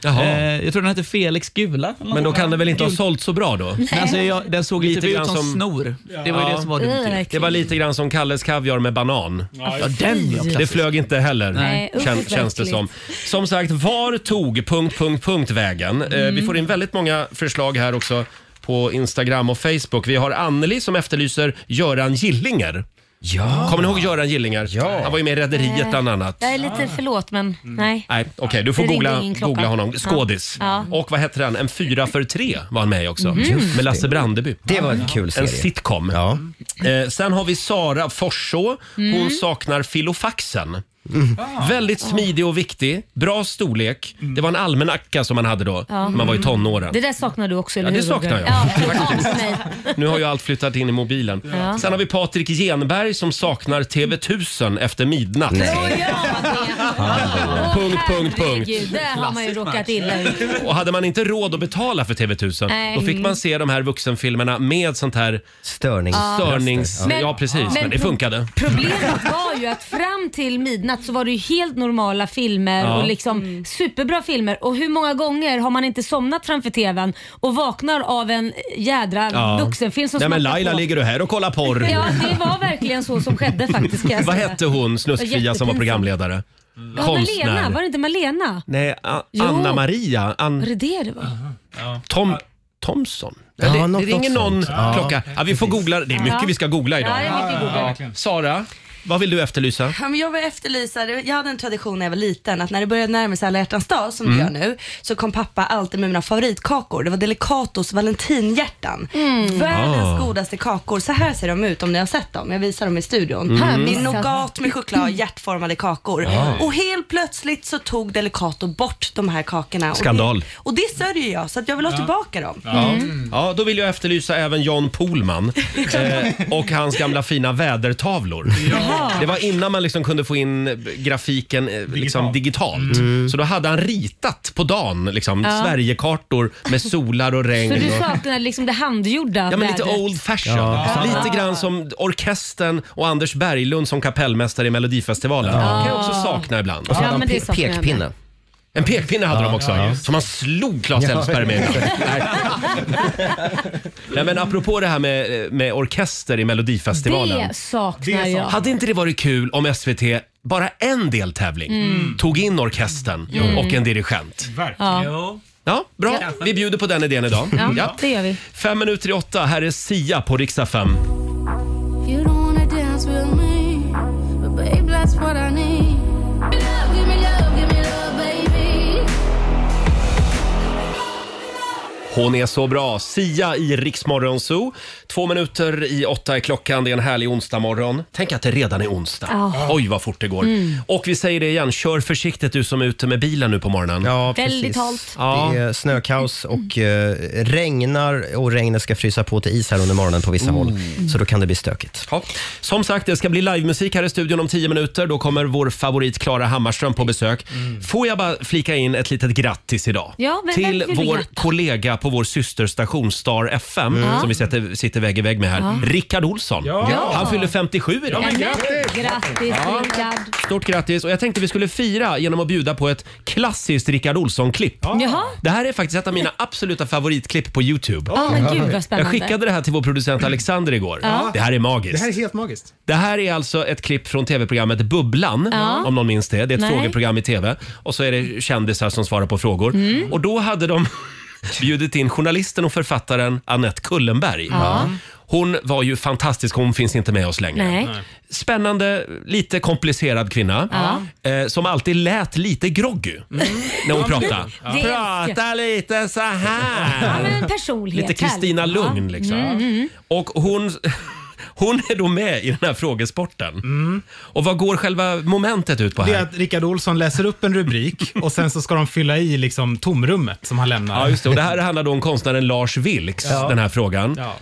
A: Jaha.
M: Eh, jag tror den hette Felix gula.
A: Men då kan den väl inte ha sålt så bra då?
M: Nej. Alltså, jag, den såg lite,
A: Lite
M: ut
A: grann
M: som,
A: som-
M: snor. Det var ju
A: Ja.
M: det som var dumt. ju.
A: Det var lite grann som Kalles kaviar med banan.
M: Ja, just det. den, ja, klassiskt.
A: det flög inte heller,
M: Nej,
A: kän,
M: usch,
A: känns det som. Som sagt, var tog punkt, punkt, punkt vägen? Eh,
M: Mm.
A: vi får in väldigt många förslag här också på Instagram och Facebook. Vi har Anneli som efterlyser Göran Gillinger. Ja. Kommer ni ihåg Göran Gillinger? Ja. Han var ju med i Rederiet bland annat.
C: Eh, Jag är lite, förlåt men nej.
A: Nej, okej, Mm. du får
C: Det ringde
A: googla,
C: ingen klocka.
A: googla honom. Skådis.
C: Ja.
A: Och vad heter han? En fyra för tre var han med i också.
C: Mhm. Just
A: Med Lasse Brandeby.
D: Det var en kul serie.
A: En sitcom. Eh, sen har vi Sara Forså. Hon
C: Mm.
A: saknar filofaxen.
D: Mm.
A: Väldigt smidig och viktig. Bra storlek. Det var en almanacka som man hade då,
C: Mm. Ja. Mm.
A: när man var i tonåren.
C: Det där saknar du också, eller
A: Ja, det
C: hur, Roger?
A: saknar jag.
C: Ja, totalt mig.
A: Nu har ju allt flyttat in i mobilen.
C: Ja.
A: Sen har vi Patrik Genberg som saknar TV1000 efter midnatt.
C: Då gör man det.
A: Punkt, punkt, punkt.
C: Herregud, där har man ju råkat illa ut.
A: Och hade man inte råd att betala för TV1000
C: Nej.
A: då fick man se de här vuxenfilmerna med sånt här
D: Störnings...
C: Ja.
A: störnings...
C: Men-
A: ja, precis. Men
C: men
A: det
C: pro-
A: funkade.
C: Problemet var ju att fram till midnatt så var det ju helt normala filmer
A: Ja. Mm.
C: och liksom superbra filmer. Och hur många gånger har man inte somnat framför TVn och vaknar av en jädra
A: Ja.
C: vuxenfilm som
A: Nej, men
C: smackar
A: Laila
C: på?
A: ligger du här och kollar porr?
C: Ja, det var verkligen så som skedde faktiskt kan jag
A: Vad
C: säga.
A: hette hon, snuskfia, som var
C: Jättepinsamt.
A: programledare?
C: Ja, Malena, var det inte Malena?
A: Nej, A-
C: Jo.
A: Anna Maria. An-
C: Var det det det var?
A: Tom Thomson.
D: Ja,
A: det,
D: något-
A: det ringer
D: något
A: någon
D: sånt. Ja.
A: klocka. Ja, vi får googla. Det är mycket
J: Ja.
A: vi ska googla idag.
J: Ja, det är mycket googla.
A: Sara, vad vill du efterlysa?
J: Ja, men Jag vill efterlysa, det- jag hade en tradition när jag var liten att när det började närma sig alla hjärtans dag som
A: Mm.
J: det gör nu så kom pappa alltid med mina favoritkakor. Det var Delicatos valentinhjärtan. Världens
B: Ah.
J: godaste kakor. Så här ser de ut om ni har sett dem. Jag visar dem i studion.
B: Mm. Har jag
J: Det är
B: missat?
J: nougat med choklad, hjärtformade kakor.
B: Ah.
J: Och helt plötsligt så tog Delicato bort de här kakorna.
A: Skandal.
J: Och det, och det sörjer jag så att jag vill ha
A: Ja.
J: tillbaka dem. Mm.
A: Ja.
C: Mm.
A: ja, då vill jag efterlysa även John Pohlman eh, och hans gamla fina vädertavlor.
J: Jaha.
A: Det var innan man liksom kunde få in eh, grafiken eh, liksom digitalt. Så då hade han ritat på dagen liksom,
C: Ja.
A: Sverigekartor med solar och regn.
C: Så du
A: och...
C: saknar liksom det handgjorda
A: Ja, men lite
C: vädret?
A: old fashion.
C: Ja.
A: Lite grann som orkestern och Anders Berglund som kapellmästare i Melodifestivalen.
C: Ja.
A: kan jag också sakna ibland.
C: Och så Ja, hade han men det pe- saknar jag med.
D: pekpinne.
A: En pekpinne hade de också,
D: Ja, ja, just
A: som han slog Claes
D: Ja.
A: Elfsberg med. Nej. Nej, men apropå det här med, med orkester i Melodifestivalen.
C: Det saknar jag.
A: Hade inte det varit kul om SVT bara en deltävling
C: Mm.
A: tog in orkestern
C: Mm.
A: och en dirigent?
C: Ja.
A: Ja, bra.
C: Ja.
A: Vi bjuder på den idén idag.
C: Ja,
A: Ja.
C: det gör vi.
A: Fem minuter i åtta, här är Sia på riksdag 5.
B: You don't wanna dance with me, but babe, that's what I need. Give me love, give me love, baby.
A: Hon är så bra. Sia i Riksmorgon Zoo. Två minuter i åtta är klockan. Det är en härlig onsdagmorgon. Tänk att det redan är onsdag.
C: Ja.
A: Oj, vad fort det går.
C: Mm.
A: Och vi säger det igen, kör försiktigt du som är ute med bilen nu på morgonen.
D: Ja,
C: Väldigt precis. halt.
A: Ja.
D: Det är snökaos och eh, regnar och regnet ska frysa på till is här under morgonen på vissa håll. Så då kan det bli stökigt.
A: Ja. Som sagt, det ska bli livemusik här i studion om tio minuter. Då kommer vår favorit Klara Hammarström på besök. Får jag bara flika in ett litet grattis idag?
C: Ja, vem-
A: Till
C: vem vill vi
A: vår
C: gratta?
A: kollega på vår systerstation Star FM
C: Mm.
A: som vi sitter, sitter vägg i vägg med här.
C: Ja.
A: Rickard Olsson.
C: Ja.
A: Han fyller 57 idag.
C: Ja, men Grattis
A: Ja.
C: Rickard!
A: Stort grattis och jag tänkte vi skulle fira genom att bjuda på ett klassiskt Rickard Olsson-klipp.
C: Jaha.
A: Det här är faktiskt ett av mina absoluta favoritklipp på Youtube.
C: Ja, men gud, vad
A: jag
C: spännande.
A: skickade det här till vår producent Alexander igår.
I: Ja.
A: Det här är magiskt.
I: Det här är helt magiskt.
A: Det här är alltså ett klipp från tv-programmet Bubblan,
I: Ja.
A: om någon minns det. Det är ett
I: Nej.
A: frågeprogram i tv. Och så är det kändisar som svarar på frågor.
I: Mm.
A: Och då hade de bjudit in journalisten och författaren Annette Kullenberg.
C: Ja.
A: Hon var ju fantastisk, hon finns inte med oss längre.
C: Nej.
A: Spännande, lite komplicerad kvinna eh, som alltid lät lite groggy när hon pratade.
C: Mm. Det älskar-
A: Prata lite så här.
C: Ja, men en personlighet.
A: Lite Kristina
C: Härligt.
A: Lugn
C: Ja.
A: liksom.
C: Mm, mm.
A: Och hon, hon är då med i den här frågesporten. Och vad går själva momentet ut på
I: Det är
A: här?
I: att Rickard Olsson läser upp en rubrik och sen så ska de fylla i liksom tomrummet som han lämnar.
A: Ja, just det. Och det här handlar då om konstnären Lars Vilks,
I: Ja.
A: den här frågan.
I: Ja.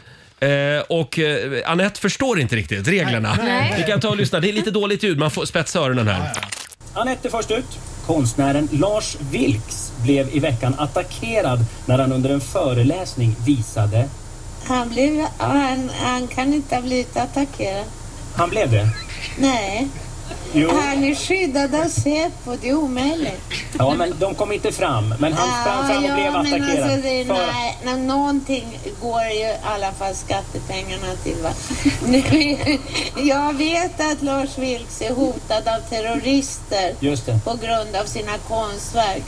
A: Eh, och eh, Annette förstår inte riktigt reglerna.
N: Nej.
A: Vi kan ta och lyssna. Det är lite dåligt ljud, man får spetsa öronen här.
N: Anette först ut. Konstnären Lars Vilks blev i veckan attackerad när han under en föreläsning visade...
O: Han, blev, han, han kan inte ha blivit attackerad.
N: Han blev det?
O: Nej.
N: Jo.
O: Han är skyddad av Säpo, det är omöjligt.
N: Ja, men de kom inte fram. Men han sprang fram och blev
O: Ah, men
N: attackerad.
O: Alltså, det, är-
N: För-
O: nej, nej, någonting går ju i alla fall skattepengarna till. Va? Nu, jag vet att Lars Vilks är hotad av terrorister
N: Just det.
O: på grund av sina konstverk.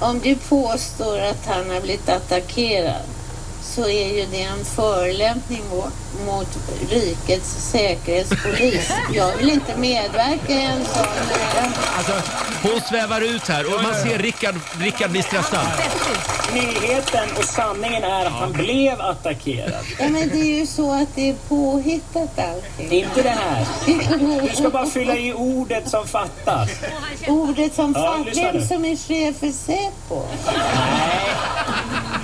O: Om du påstår att han har blivit attackerad så är ju det en förolämpning mo- mot rikets säkerhetspolis. Jag vill inte medverka i en sån... eh,
A: Alltså, Hon svävar ut här och man ser Rickard, Rickard bli stressad.
N: Nyheten och sanningen är att han blev attackerad.
O: Ja, men det är ju så att det är påhittat allting.
N: Inte det här. Du ska bara fylla i ordet som fattas.
O: Ordet som
N: Ja,
O: fattas,
N: lyssna nu.
O: vem som är chef för Säpo?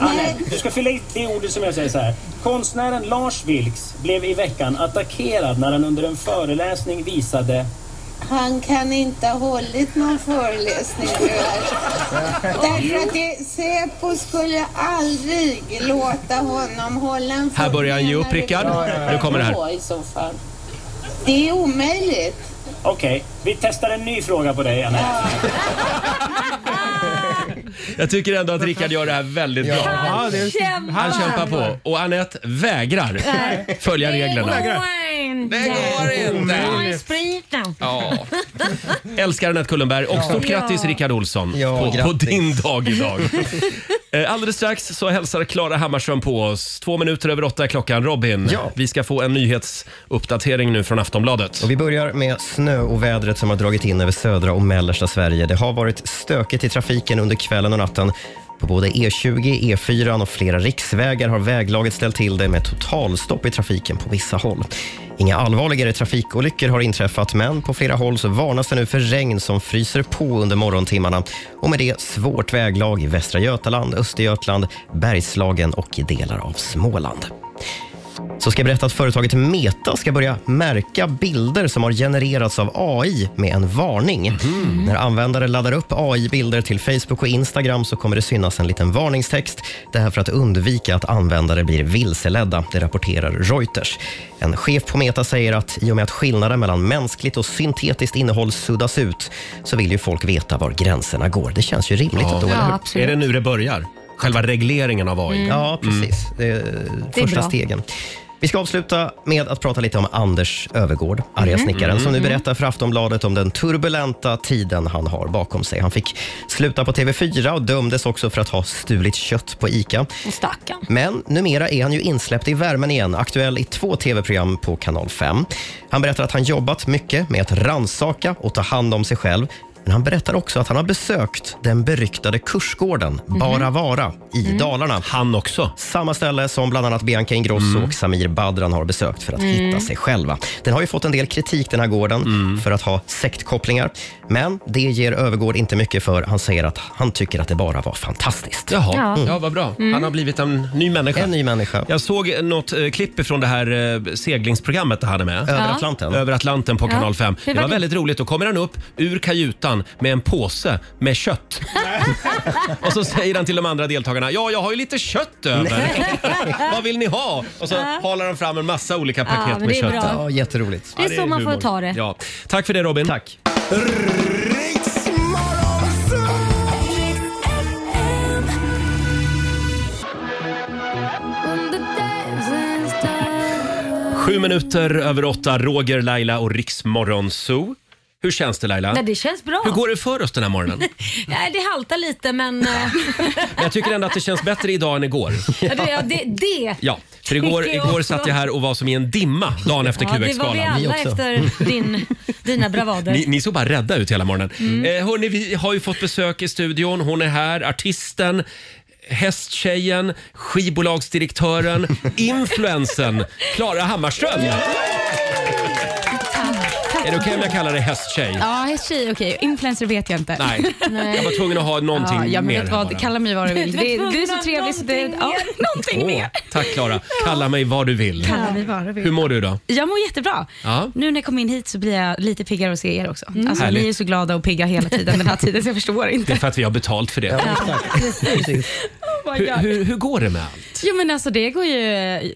N: Anette, du ska fylla i det ordet som jag säger så här. Konstnären Lars Vilks blev i veckan attackerad när han under en föreläsning visade
O: Han kan inte ha hållit någon föreläsning tyvärr. Därför att det, Säpo skulle aldrig låta honom hålla en
A: Här börjar han ge upp, Rickard. Nu kommer det här.
O: i så fall. Det är omöjligt.
N: Okej, vi testar en ny fråga på dig, Anna.
A: Jag tycker ändå att Rickard gör det här väldigt bra.
N: Ja, han
A: det är-
C: kämpar.
A: han kämpar på. Och Anette vägrar
C: Nej.
A: följa
C: Det
A: reglerna.
C: går inte.
A: Det går inte.
C: Ta en sprit då.
A: Ja. Älskar Anette Kullenberg och stort
C: Ja.
A: grattis Rickard Olsson
D: Ja,
A: på, på
D: grattis.
A: din dag idag. Eh, Alldeles strax så hälsar Klara Hammarström på oss. Två minuter över åtta är klockan. Robin, vi ska få en nyhetsuppdatering nu från Aftonbladet.
D: Och vi börjar med snö och vädret som har dragit in över södra och mellersta Sverige. Det har varit stökigt i trafiken under kvällen och natten. På både E E20, E4 och flera riksvägar har väglaget ställt till det med totalstopp i trafiken på vissa håll. Inga allvarligare trafikolyckor har inträffat, men på flera håll så varnas det nu för regn som fryser på under morgontimmarna. Och med det svårt väglag i Västra Götaland, Östergötland, Bergslagen och i delar av Småland så ska jag berätta att företaget Meta ska börja märka bilder som har genererats av AI med en varning.
A: Mhm.
D: När användare laddar upp AI-bilder till Facebook och Instagram så kommer det synas en liten varningstext. Det här för att undvika att användare blir vilseledda, det rapporterar Reuters. En chef på Meta säger att i och med att skillnaden mellan mänskligt och syntetiskt innehåll suddas ut så vill ju folk veta var gränserna går. Det känns ju rimligt.
A: Ja.
D: Då,
A: Ja,
D: eller hur?
A: absolut. Är det nu det börjar? Själva regleringen av AI? Mm.
D: Ja, precis. Det är första
A: bra.
D: stegen. Vi ska avsluta med att prata lite om Anders Övergård, arga
A: Mm.
D: snickaren, som nu
A: Mm.
D: berättar för Aftonbladet om den turbulenta tiden han har bakom sig. Han fick sluta på TV4 och dömdes också för att ha stulit kött på ICA.
C: Stackarn.
D: Men numera är han ju insläppt i värmen igen, aktuell i två tv-program på Kanal 5. Han berättar att han jobbat mycket med att ransaka och ta hand om sig själv. Men han berättar också att han har besökt den beryktade kursgården Bara Vara i Dalarna.
A: Han också. Mm.
D: Samma ställe som bland annat Bianca Ingrosso och Samir Badran har besökt för att
P: Mm.
D: hitta sig själva. Den har ju fått en del kritik den här gården
A: Mm.
D: för att ha sektkopplingar. Men det ger Övergård inte mycket för. Han säger att han tycker att det bara var fantastiskt.
A: Jaha, ja. vad bra.
C: Mm.
A: Han har blivit en ny människa. En
D: Mm. ny människa.
A: Jag såg något eh, klipp från det här eh, seglingsprogrammet han hade med.
D: Över Ja. Atlanten.
A: Över Atlanten på
D: Ja.
A: Kanal 5.
D: Hur
A: Det
D: var
A: var
D: det?
A: väldigt roligt. Då kommer han upp ur kajutan med en påse med kött. och så säger han till de andra deltagarna, ja jag har ju lite kött över. vad vill ni ha? Och så halar han fram en massa olika
C: Ja,
A: paket
C: men
A: med
C: det är
A: kött.
C: bra. Ja,
D: jätteroligt.
C: Det är så man får ta det.
A: Ja. Tack för det Robin.
D: Tack.
A: Sju minuter över åtta, Roger, Laila och Riksmorgon Zoo. Hur känns det Laila?
C: Nej, det känns bra.
A: Hur går det för oss den här morgonen?
C: Nej, det haltar lite men... eh,
A: Jag tycker ändå att det känns bättre idag än igår.
C: ja, det, ja, det, det.
A: Ja, för igår,
C: tycker jag
A: igår
C: också.
A: satt jag här och var som i en dimma dagen efter
C: Ja, det var vi
A: QX-galan.
C: alla efter din, dina bravader.
A: Ni, ni såg bara rädda ut hela morgonen.
C: Mm.
A: Eh, hörni, vi har ju fått besök i studion. Hon är här, artisten, hästtjejen, skivbolagsdirektören, influensen Klara Hammarström. Är det okej om jag kallar dig hästtjej?
Q: Ja, hästtjej är okej. Influencer vet jag inte.
A: Nej. Jag var tvungen att ha någonting
Q: ja, men
A: mer
Q: vet
A: här
Q: vad,
A: bara.
Q: Kalla mig vad du vill.
C: Du
Q: Du,
C: var
Q: du är
C: tvungen
Q: så trevlig så det... Ja, någonting
A: Åh,
Q: mer.
A: tack Klara. Kalla mig vad du vill.
Q: Kalla mig vad du vill.
A: Hur mår du då?
Q: Jag mår jättebra.
A: Ja.
Q: Nu när jag kom in hit så blir jag lite piggare att se er också. Alltså,
A: Härligt.
Q: ni är ju så glada och pigga hela tiden den här tiden så jag förstår
A: Det
Q: inte.
A: är för att vi har betalt för det.
Q: Oh my
A: Hur,
Q: God.
A: hur, hur går det med allt?
Q: Jo men alltså det går ju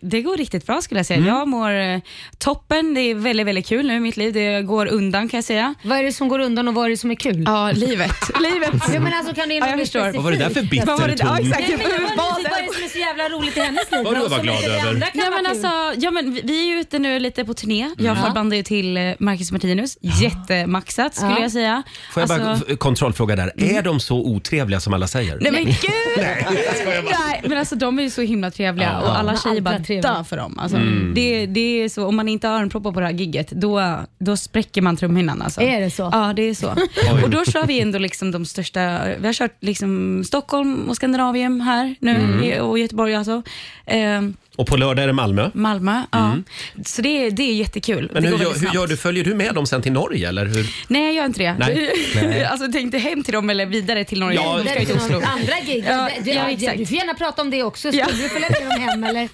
Q: det går riktigt bra skulle jag säga.
C: Mm.
Q: Jag mår eh, toppen, det är väldigt väldigt kul nu i mitt liv. Det går undan kan jag säga.
C: Vad är det som går undan och vad är det som är kul?
Q: Ja, livet. livet.
C: Ja, men alltså, kan det
Q: jag förstår.
A: Vad var det där för bitter
Q: Vad var det- Ja,
A: ton?
Q: exakt.
C: Nej, men jag
Q: Vad
C: var nyfiken vad är det som är så jävla roligt i hennes liv?
A: Vad du var glad över.
Q: Nej, men alltså, ja, men vi- vi är ju ute nu lite på turné. Jag
A: Mm.
Q: förbandar ju till eh, Marcus Martinus. Jättemaxat skulle
A: Ja.
Q: jag säga.
A: Får jag bara
Q: Alltså-
A: f- kontrollfråga där?
Q: Mm.
A: Är de så otrevliga som alla säger?
Q: Nej men gud!
A: Nej, jag skojar bara.
Q: Nej, men alltså de är ju så himla trevliga
A: Ja.
Q: och alla
A: De
Q: tjejer bara dör för dem. Alltså,
A: Mm.
Q: det, det är så, om man inte har öronproppar på det här gigget då, då spräcker man trumhinnan. Alltså.
C: Är det så?
Q: Ja, det är så.
C: Oj.
Q: och då kör vi ändå liksom de största, vi har kört liksom Stockholm och Skandinavien här nu
C: Mm.
Q: i- och Göteborg alltså. Ehm,
A: Och på lördag är det Malmö.
Q: Malmö, ja.
A: Mm.
Q: Så det, är- det är jättekul.
A: Men
Q: det
A: hur,
Q: går
A: gör-
Q: väldigt
A: hur
Q: snabbt.
A: gör du? Följer du med dem sen till Norge eller hur?
Q: Nej, jag gör inte det.
A: Nej. Nej.
Q: alltså tänkte hem till dem eller vidare till Norge.
A: Ja,
Q: de ska ju till Oslo.
C: Andra gig.
Q: Ja,
C: det,
Q: ja,
C: det,
Q: exakt.
C: du får gärna prata om det också. Skulle
Q: Ja.
C: du följa med dem hem eller?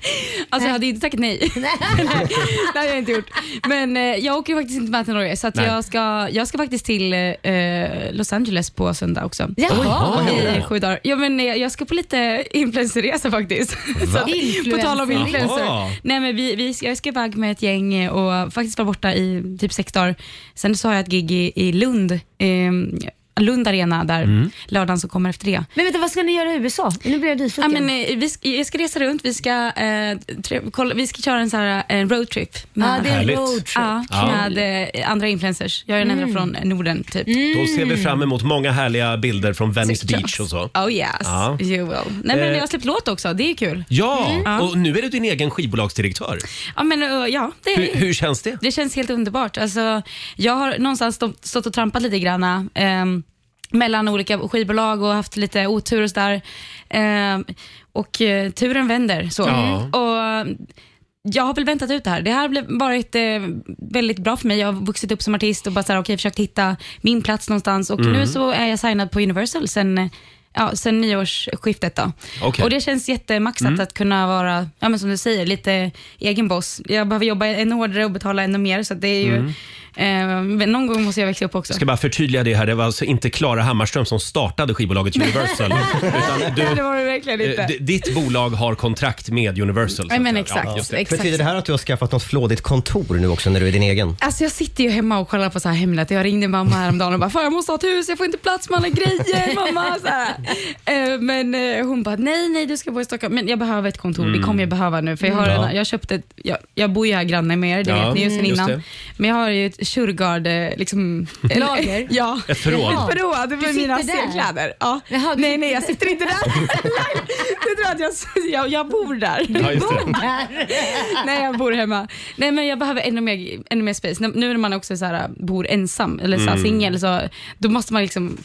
Q: Alltså jag hade ju inte sagt nej. nej, det hade jag inte gjort. Men eh, jag åker ju faktiskt inte med till Norge så att
C: Nej.
Q: jag, ska, jag ska faktiskt till eh, Los Angeles på söndag också.
C: Jaha. Oj, vad händer
Q: I
C: då?
Q: sju dagar. Ja, men, eh, jag ska på lite influencerresa faktiskt.
C: Va?
Q: Så, på tal om
C: Influencer.
Q: influencer.
C: Jaha.
Q: Nej, men vi, vi, ska- jag ska iväg med ett gäng eh, och faktiskt vara borta i typ sex dagar. Sen så har jag ett gig i, i Lund, ehm, Lund Arena där
C: Mm.
Q: lördagen som kommer efter det.
C: Men vänta, vad ska ni göra i USA? Nu blir jag
Q: Ja,
C: nyfiken.
Q: men, eh, vi ska, jag ska resa runt, vi ska, eh, tre, kolla, vi ska köra en, sån här, eh, en roadtrip.
C: Ja, det är en Härligt. roadtrip.
Q: Ja,
A: Ja.
Q: med eh, andra influencers. Jag är den enda
C: Mm.
Q: från Norden. Typ.
A: Då ser vi fram emot många härliga bilder från Venice Beach och så.
Q: Oh yes,
A: Ja.
Q: you will. Nej, men
A: Eh.
Q: jag har släppt låt också, det är kul.
A: Ja,
Q: Mm.
A: och nu är du din egen skivbolagsdirektör.
Q: Ja, men, eh, ja, det är
A: Hur, hur känns det?
Q: Det känns helt underbart. Alltså, jag har någonstans stå- stått och trampat lite grann ehm, mellan olika skivbolag och haft lite otur och sådär. Ehm, och eh, turen vänder. Så.
C: Ja.
Q: Och, jag har väl väntat ut det här. Det här har blev- varit eh, väldigt bra för mig. Jag har vuxit upp som artist och bara så här, okay, försökt hitta min plats någonstans. Och
C: Mm.
Q: Nu så är jag signad på Universal sen, eh, ja, sen nyårsskiftet. Då.
C: Okej.
Q: Och Det känns jättemaxat
C: Mm.
Q: att kunna vara, ja, men som du säger, lite egen boss. Jag behöver jobba ännu hårdare och betala ännu mer. Så att det är ju,
A: Mm.
Q: eh, men någon gång måste jag växa upp också.
A: Jag ska bara förtydliga det här. Det var alltså inte Klara Hammarström som startade skivbolaget Universal. utan
Q: Nej, det
A: du,
Q: var det verkligen inte.
A: eh, d- ditt bolag har kontrakt med Universal. så
Q: Nej, men
A: att säga.
Q: exakt,
A: just det.
Q: exakt.
D: Betyder det här att du har skaffat något flådigt kontor nu också när du är din egen?
Q: Alltså jag sitter ju hemma och kollar på så här Hemnet. Jag ringde mamma häromdagen och bara, fan jag måste ha ett hus, jag får inte plats med alla grejer mamma. Så här. Eh, Men eh, hon bara, nej nej du ska bo i Stockholm. Men jag behöver ett kontor,
C: Mm.
Q: det kommer jag behöva nu. För jag, har
C: Mm. Ja.
Q: en, jag köpte ett, jag, jag bor ju här granne med er, det
C: Ja,
Q: vet ni ju sen
C: just
Q: innan.
C: det.
Q: Men jag har ju ett Shurgard, eh, liksom. eller-
C: Lager?
Q: ja.
A: Ett förråd.
Q: Ett förråd, det
C: Du
Q: var mina
C: sitter där?
Q: serkläder. Ja. nej nej jag sitter inte där. du tror att jag, jag, jag bor där.
C: Ja, just det.
Q: Nej, jag bor hemma. Nej, men jag behöver ännu mer, ännu mer space. När- Nu när man också så här, äh, bor ensam eller så här,
A: Mm.
Q: singel, så, då måste man liksom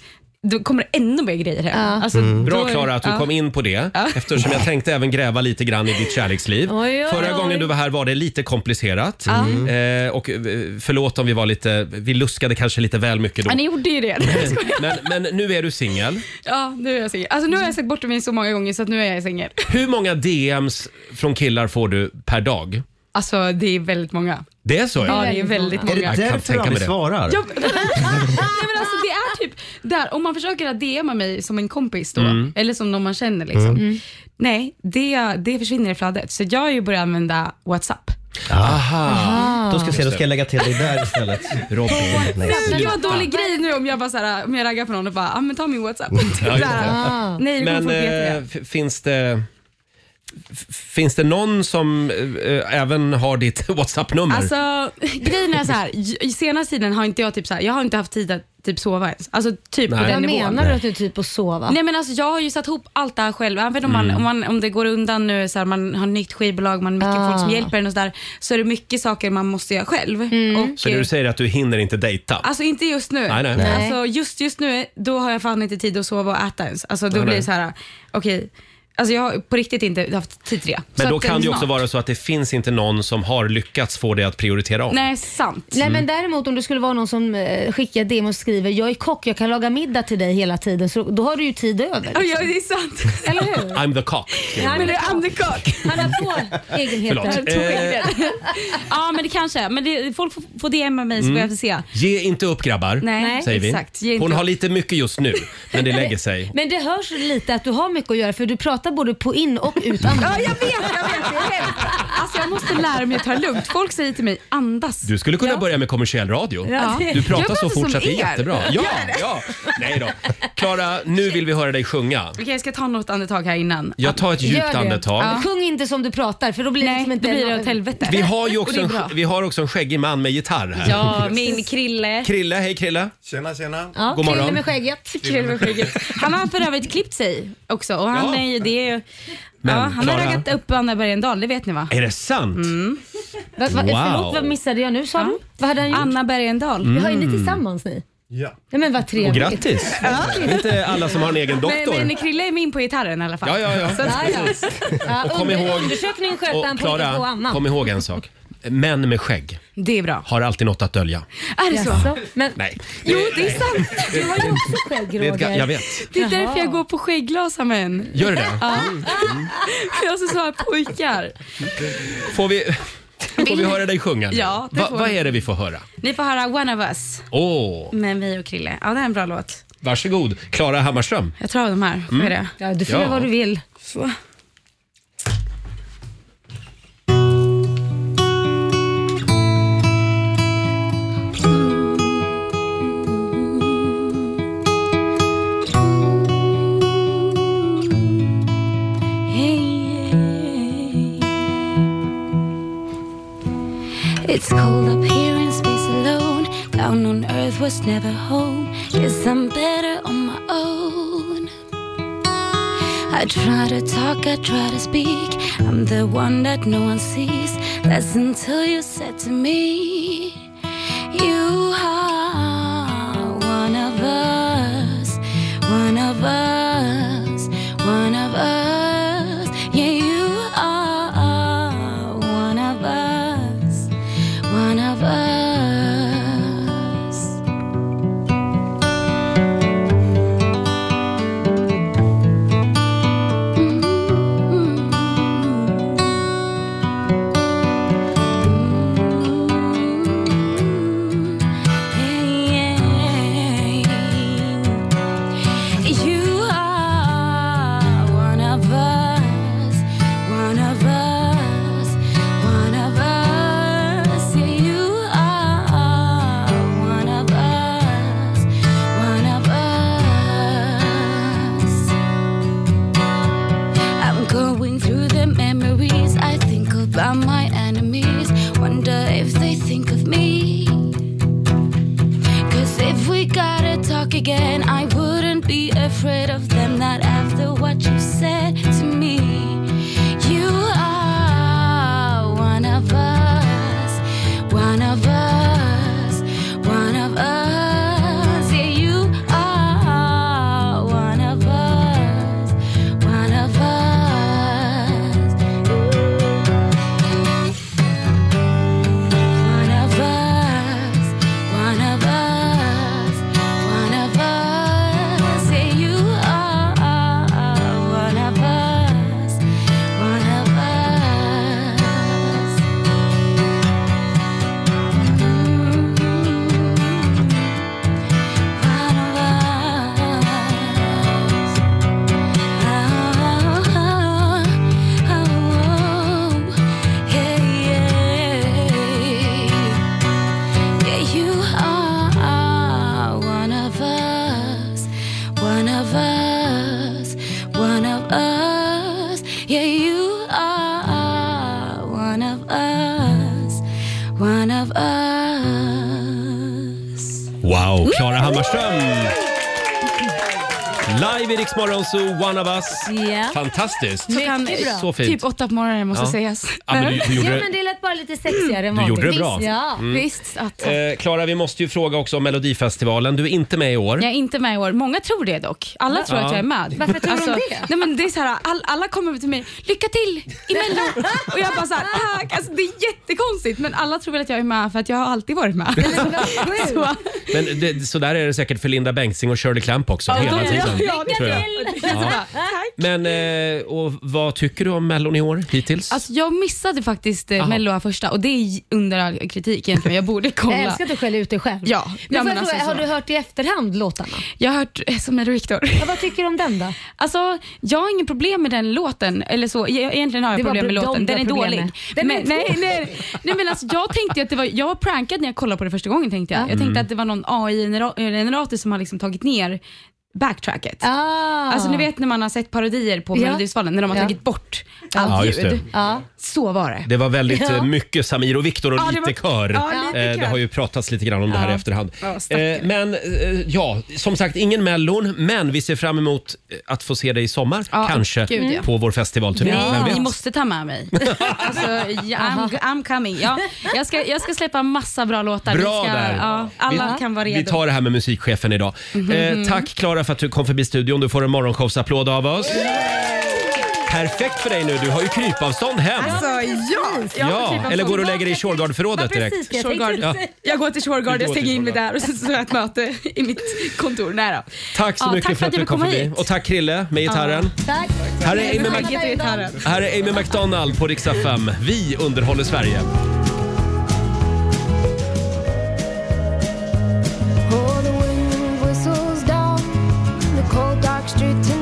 Q: då kommer det ännu mer grejer hem. Alltså,
A: Mm. Bra
Q: då-
A: Klara att du
Q: ja.
A: kom in på det
Q: Ja.
A: eftersom jag tänkte även gräva lite grann i ditt kärleksliv.
Q: Oj, oj,
A: Förra
Q: oj.
A: gången du var här var det lite komplicerat.
Q: Mm.
A: Eh, och eh, förlåt om vi var lite, vi luskade kanske lite väl mycket då.
Q: Ja, ni gjorde ju det. Nej, jag skojar.
A: Men, men nu är du singel.
Q: ja, nu är jag singel. Alltså, nu har jag sett bort mig så många gånger så att nu är jag singel.
A: Hur många DMs från killar får du per dag?
Q: Alltså, det är väldigt många.
A: Det är så?
Q: Ja, det är väldigt många.
A: Jag kan tänka mig det.
Q: Ja, men- nej, men alltså, det är typ där, om man försöker att DMa mig som en kompis då,
A: Mm.
Q: eller som någon man känner. Liksom.
A: Mm. Mm.
Q: Nej, det, det försvinner i flödet. Så jag har ju börjat använda WhatsApp.
D: Aha.
Q: Aha.
D: Då ska jag se, då
Q: Just
D: ska jag lägga till dig där istället. Robin. Nej,
Q: Nej, men det var en
D: sluta.
Q: dålig grej nu om jag bara såhär, om jag raggar på någon och bara, ah, men ta min WhatsApp.
A: Ja, just det.
Q: Såhär. Nej, det kommer
A: Men
Q: folk veta
A: eh,
Q: det.
A: f- finns det... f- Finns det någon som eh, eh, även har ditt WhatsApp-nummer?
Q: Alltså, grejen är så här. j- senaste tiden har inte jag typ så här, jag har inte haft tid att typ sova ens. Alltså typ
A: Nej.
Q: på den
A: Vad
Q: nivån.
A: menar du att
C: du typ på sova?
Q: Nej men alltså jag har ju satt ihop allt det här själv. Även om, man,
C: Mm.
Q: om, man, om det går undan nu, så här, man har nytt skivbolag, man har mycket
C: Ah.
Q: folk som hjälper en och sådär. Så är det mycket saker man måste göra själv.
A: Mm.
Q: Och,
A: Så du säger att du hinner inte dejta?
Q: Alltså inte just nu.
A: Nej, nej. Nej.
Q: Alltså, just, just nu, då har jag fan inte tid att sova och äta ens. Alltså, då
A: Nej,
Q: blir
A: nej.
Q: det så här, okej. Alltså jag har på riktigt inte haft tid till det.
A: Men
Q: Så
A: då
Q: att,
A: kan det ju
Q: snart-
A: också vara så att det finns inte någon som har lyckats få dig att prioritera om.
Q: Nej, sant.
C: Nej,
A: Mm.
C: men däremot om det skulle vara någon som eh, skickar DM och skriver “Jag är kock, jag kan laga middag till dig hela tiden” så då har du ju tid över. liksom.
Q: Ja, ja, det är sant.
C: Eller hur?
A: I'm the cock.
Q: Men det är undercock.
C: Han har två egenheter.
A: Förlåt. Eh.
Q: Två egenheter. ja, men det kanske är. Men det, folk får, får DMa mig så får
A: Mm.
Q: jag se.
A: Ge inte upp grabbar,
Q: Nej,
A: säger vi.
Q: exakt. Ge inte
A: Hon har
Q: upp.
A: lite mycket just nu, men det lägger sig.
C: Men det hörs lite att du har mycket att göra för du pratar både på in och ut Ja,
Q: jag vet, jag vet. Det är Alltså jag måste lära mig att ta det lugnt. Folk säger till mig, andas.
A: Du skulle kunna börja med kommersiell radio.
Q: Ja.
A: Du pratar
Q: Jag
A: så
Q: pratar
A: fort
Q: som
A: så att det
Q: er.
A: är jättebra. Ja,
Q: Gör det.
A: ja. Nej då. Klara, nu vill vi höra dig sjunga.
Q: Okej, jag ska ta något andetag här innan.
A: Jag tar ett djupt andetag.
C: Sjung inte som du pratar för då blir det liksom inte...
Q: då blir det åt helvete.
A: Vi har ju
Q: Och
A: också
Q: det är
A: en,
Q: bra.
A: vi har också en skäggig man med gitarr här.
Q: Ja, min Krille.
A: Krille, hej Krille.
P: Tjena, tjena.
Q: Ja,
A: God morgon.
Q: Krille med skägget. Krille med skägget. Han har för övrigt klippt sig också. Och han
A: Ja.
Q: är ju, det är ju,
A: Men,
Q: ja, han har
A: Klara.
Q: raggat upp Anna Bergendahl, det vet ni va?
A: Är det sant?
C: Va, va,
Q: Mm.
A: Wow.
C: Förlåt, vad missade jag nu sa du? Vad hade han gjort?
Q: Anna Bergendahl.
C: Mm. Hör ni
A: Mm.
C: tillsammans ni?
A: Ja.
Q: Nej, men vad
A: Och
Q: trevligt.
A: grattis!
Q: Ja.
A: Inte alla som har en egen doktor.
Q: Men, men Krille är med in på gitarren i alla fall.
A: Ja, ja, ja.
Q: Så att- Ja,
A: Och kom
Q: under-
A: ihåg-
Q: Undersökningen skötte han
A: Och
Q: på Klara, på
A: Klara,
Q: annan.
A: kom ihåg en sak. Män med skägg
Q: Det är bra.
A: har alltid något att dölja.
Q: Är det så? Men,
A: Nej.
Q: jo, det är sant. Du har ju också skägg,
A: Det är ett ga-
Q: Roger.
A: jag vet.
Q: Det är
A: Jaha.
Q: därför jag går på skägglösa män.
A: Gör du det?
Q: Ja.
A: Mm.
Q: Jag så sa pojkar.
A: Får vi, får vi höra dig sjunga? nu?
Q: Ja, det
A: Va,
Q: får
A: Vad
Q: vi.
A: är det vi får höra?
Q: Ni får höra One of Us
A: Åh,
Q: med mig och Krille. Ja, det är en bra låt.
A: varsågod. Klara Hammarström.
Q: Jag tar av de här. Får
A: Mm.
Q: jag det?
A: Ja, du får Ja. göra vad du
Q: vill. Så.
B: It's cold up here in space alone. Down on Earth was never home. Guess I'm better on my own. I try to talk, I try to speak. I'm the one that no one sees. That's until you said to me, You are one of us, one of us, one of us. Yeah, you are one of us, one of us. You are one of us, one of us, one of us. Yeah, you are one of us, one of us. I'm going through the memories. I think about my enemies. Wonder if they think of me. Cause if we gotta talk again, I wouldn't be afraid of them. Not after what you said to me. You are one of us, one of us, one of us. Yeah, you are one of us, one of us. One of us. One of us, one of us, say you are one of us, one of us. One of us. Oh, yeah, yeah. Yeah, you are one of us, one of us, one of us. Yeah, you are one of us, one of us.
A: Wow, Klara Hammarström! Live i Rix Morgon Zoo, One of Us.
C: Ja.
A: Fantastiskt!
Q: Klockan
A: Så fint.
Q: typ åtta på morgonen måste
A: Ja.
Q: sägas.
A: Ja, men du- du gjorde
C: jo,
A: det-
C: men det lät bara lite sexigare än
A: Du
C: vanligt.
A: gjorde det bra.
C: Visst, ja.
A: Mm.
Q: Visst att...
A: Eh, Klara, vi måste ju fråga också om Melodifestivalen. Du är inte med i år.
Q: Jag är inte med i år. Många tror det dock. Alla tror
A: Ja.
Q: att jag är med.
A: Varför tror de
Q: det? Nej, men det är så här, all, alla kommer till mig, lycka till i Mello. Och jag bara så här, tack. Alltså, det är jättekonstigt men alla tror väl att jag är med för att jag har alltid varit med. så,
A: Men det, så där är det säkert för Linda Bengtzing och Shirley Clamp också. hela
Q: de-
A: tiden.
Q: ja, lycka
A: tror jag.
Q: till. Så
A: Ja.
Q: bara, tack.
A: Men eh, och vad tycker du om Mellon i år hittills?
Q: Alltså, jag missade faktiskt eh,
A: Aha.
Q: Mello här första och det är under all kritik egentligen. Jag borde kolla.
C: Jag älskar att du skäller ut dig själv.
Q: Ja.
C: Men
Q: Ja,
C: får
Q: men
C: jag fråga,
Q: alltså,
C: har
Q: så.
C: du hört i efterhand låtarna?
Q: Jag har hört eh, som en rektor.
C: vad tycker du om den då?
Q: Alltså, jag har ingen problem med den låten. Eller så. Jag, egentligen har jag
C: Det var
Q: problem med
C: de
Q: låten.
C: du
Q: Den
C: har
Q: är
C: problem
Q: dålig.
C: med. Den är
Q: men, nej,
C: dålig.
Q: nej, nej, men alltså, jag tänkte att det var, jag var prankad när jag kollade på det första gången. Tänkte jag. jag tänkte
A: Mm.
Q: att det var någon AI-generator som har liksom tagit ner backtracket.
C: Ah.
Q: Alltså ni vet när man har sett parodier på
C: Ja.
Q: Melodifestivalen när de har
C: Ja.
Q: tagit bort
A: Ja,
Q: allt
A: just
Q: ljud.
A: det.
Q: Så var det.
A: Det var väldigt
Q: Ja.
A: eh, mycket Samir och Viktor och
Q: Ja, det
A: lite,
Q: var-
A: kör.
Q: ja, lite
A: Eh, Det
Q: kör.
A: har ju pratats lite grann om det här i
Q: Ja.
A: efterhand.
Q: Ja, stackare.
A: Eh, men eh, ja, som sagt, ingen Mellon, men vi ser fram emot eh, att få se dig i sommar,
Q: Ja,
A: kanske,
Q: gud, ja.
A: på vår festivalturné. Vem
Q: Ni
A: vet?
Q: måste ta med mig. Alltså, ja, I'm, I'm coming. Ja, jag, ska, jag ska släppa massa bra låtar. Vi
A: Bra
Q: ska,
A: där.
Q: Ja, alla
A: vi,
Q: kan vara redo.
A: Vi tar det här med musikchefen idag.
Q: Mhm.
A: Eh, tack Klara för att du kom förbi studion. Du får en morgonshowsapplåd av oss. Perfekt för dig nu. Du har ju krypavstånd hem.
Q: Alltså, ja!
A: ja, eller går du och lägger dig i Shurgard-förrådet direkt?
Q: Shurgard.
A: Ja.
Q: Jag går till Shurgard,
A: Du
Q: jag
A: går
Q: stänger
A: till
Q: in mig där och sen så har jag ett möte i mitt kontor. Nej, då.
A: Tack så
Q: Ja,
A: mycket
Q: tack
A: för att du kom förbi. Och tack Krille med gitarren.
C: Tack.
A: Här är Amy Mac-
Q: Skägget i gitarren.
A: Här är Amy McDonald på Rix FM. Vi underhåller Sverige.
B: Oh, the wind whistles down the cold dark street tonight.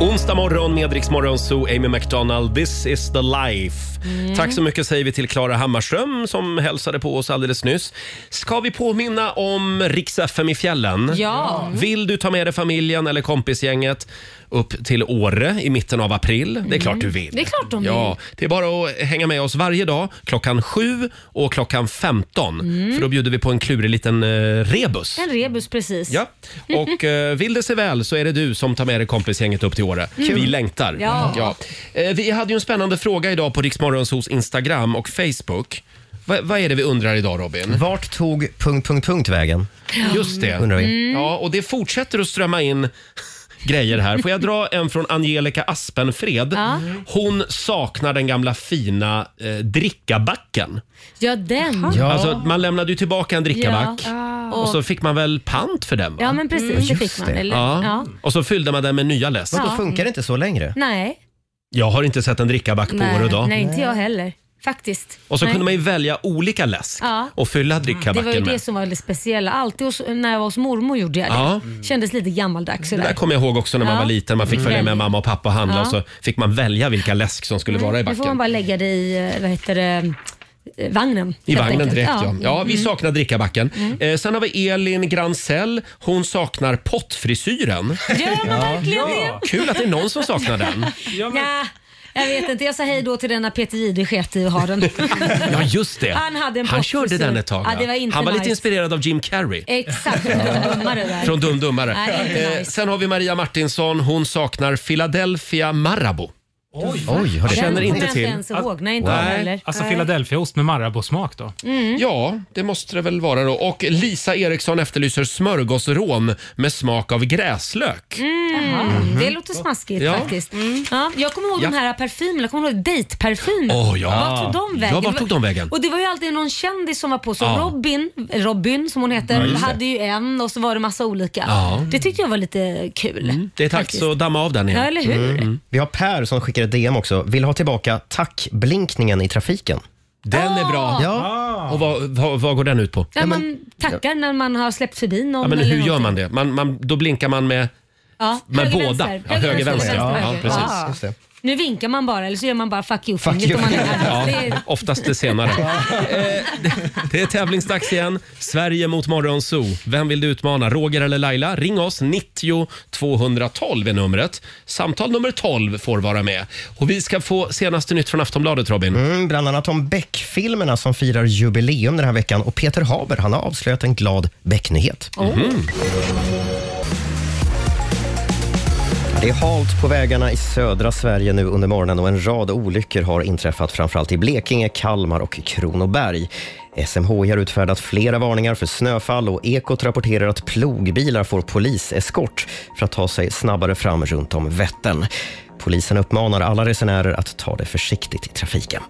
A: Onsdag morgon med Rix Morgon Zoo, Amy McDonald. This is the life.
P: Mm.
A: Tack så mycket säger vi till Klara Hammarström som hälsade på oss alldeles nyss. Ska vi påminna om Rix FM i fjällen?
P: Ja.
A: Vill du ta med dig familjen eller kompisgänget upp till Åre i mitten av april? Det är klart du vill.
C: Mm. Det är klart de
A: Ja,
C: vill.
A: det är bara att hänga med oss varje dag klockan 7 och klockan 15.
C: Mm.
A: För då bjuder vi på en klurig liten eh, rebus.
C: En rebus precis.
A: Ja, och eh, vill det sig väl så är det du som tar med dig kompisgänget upp till Åre.
C: Kul.
A: Vi längtar.
C: Ja.
A: Eh, vi hade ju en spännande fråga idag på Riksmorgonsos Instagram och Facebook. Va, vad är det vi undrar idag Robin?
D: Vart tog punkt, punkt, punkt vägen?
A: Just det. Mm.
D: Undrar vi.
A: Ja, och det fortsätter att strömma in grejer här. Får jag dra en från Angelica Aspenfred?
C: Ja.
A: Hon saknar den gamla fina eh, drickabacken.
C: Ja, den.
A: Alltså, man lämnade ju tillbaka en drickaback
C: Ja. Ah.
A: och så fick man väl pant för den va? Mm.
C: Ja, men precis. Det fick man. Eller?
A: Ja.
C: Ja.
A: Och så fyllde man den med nya läsk.
C: Vadå, Ja. funkar det
A: inte så längre?
C: Nej.
A: Jag har inte sett en drickaback på år
C: Nej.
A: och dag.
C: Nej, inte jag heller. Faktiskt.
A: Och så
C: Nej.
A: kunde man ju välja olika läsk
C: Ja.
A: och fylla
C: Det var ju
A: drickabacken
C: det
A: med.
C: som var det speciella. Alltid hos, när jag var hos mormor gjorde jag det.
A: Ja.
C: Kändes lite gammaldags
A: Det
C: sådär.
A: där kommer jag ihåg också när man
C: Ja.
A: var liten. Man fick
C: Mm.
A: följa med mamma och pappa och handla
C: Ja.
A: och så fick man välja vilka läsk som skulle vara i
C: Nu får man
A: backen.
C: bara lägga det i, eh, vad heter det, eh, vagnen.
A: I
C: helt
A: vagnen
C: enkelt.
A: direkt ja. Ja, vi
C: Mm.
A: saknar drickabacken. Eh, sen har vi Elin Gransell. Hon saknar pottfrisyren.
C: Gör man verkligen det?
A: Kul att det är någon som saknar den.
C: Nja, jag vet inte. Jag sa hej då till den när Peter Jihde sket i att ha den.
A: Ja, just det.
C: Han hade en
A: Han körde
C: pottfrisyr.
A: den ett tag.
C: Ja,
A: ja.
C: det var inte
A: Han var
C: nice.
A: lite inspirerad av Jim Carrey.
C: Exakt, det var dummare där.
A: Från Dum Dummare.
C: Nej, inte
A: Eh,
C: nice.
A: Sen har vi Maria Martinsson. Hon saknar Philadelphia Marabou. Oj,
C: den
A: jag känner inte
C: jag
A: till.
C: ens ihåg. Nej, inte jag heller.
I: Alltså
C: Nej.
I: Philadelphiaost med Marabou-smak då.
C: Mm.
A: Ja, det måste det väl vara då. Och Lisa Eriksson efterlyser smörgåsrån med smak av gräslök.
C: Mm.
A: Mhm.
C: Det låter smaskigt
A: Ja. Mm.
C: faktiskt. Ja, jag kommer ihåg
A: Ja.
C: de här parfymerna, jag kommer ihåg dejtparfymer.
A: Åh, ja.
C: Vart tog de vägen?
A: Ja, vart tog de vägen?
C: Och det var ju alltid någon kändis som var på, så
A: Ja.
C: Robin, Robin som hon heter,
A: Ja, just det.
C: hade ju en och så var det massa olika.
A: Ja. Mm.
C: Det tyckte jag var lite kul.
A: Det är
C: faktiskt.
A: dags att damma av den igen. Mm.
C: Ja, eller hur?
D: Mm. Vi har Per som skickar ett DM också. Vill ha tillbaka tackblinkningen i trafiken.
A: Den är bra.
C: Ah!
D: Ja.
A: Och vad, vad, vad går den ut på?
C: Där man tackar när man har släppt förbi någon.
A: Ja, men
C: eller
A: hur gör
C: någonting.
A: man det? Man, man, då blinkar man med,
C: Ja,
A: med
C: höger,
A: båda.
C: vänster.
A: Ja, höger, vänster.
C: höger,
A: Ja,
C: höger.
A: precis.
C: Ja. Nu vinkar man bara eller så gör man bara fuck you-fingret
A: you.
C: om man är nervös. Det är
A: Ja, oftast det senare. Eh, det- Det är tävlingsdags igen. Sverige mot Morgonzoo. Vem vill du utmana? Roger eller Laila? Ring oss. 90 212 är numret. Samtal nummer 12 får vara med. Och Vi ska få senaste nytt från Aftonbladet, Robin.
D: Mm, bland annat om Beck-filmerna som firar jubileum den här veckan. Och Peter Haber han har avslöjat en glad Beck-nyhet.
A: Mhm.
C: Oh.
D: Det är halt på vägarna i södra Sverige nu under morgonen och en rad olyckor har inträffat framförallt i Blekinge, Kalmar och Kronoberg. SMHI har utfärdat flera varningar för snöfall och Ekot rapporterar att plogbilar får poliseskort för att ta sig snabbare fram runt om Vättern. Polisen uppmanar alla resenärer att ta det försiktigt i trafiken.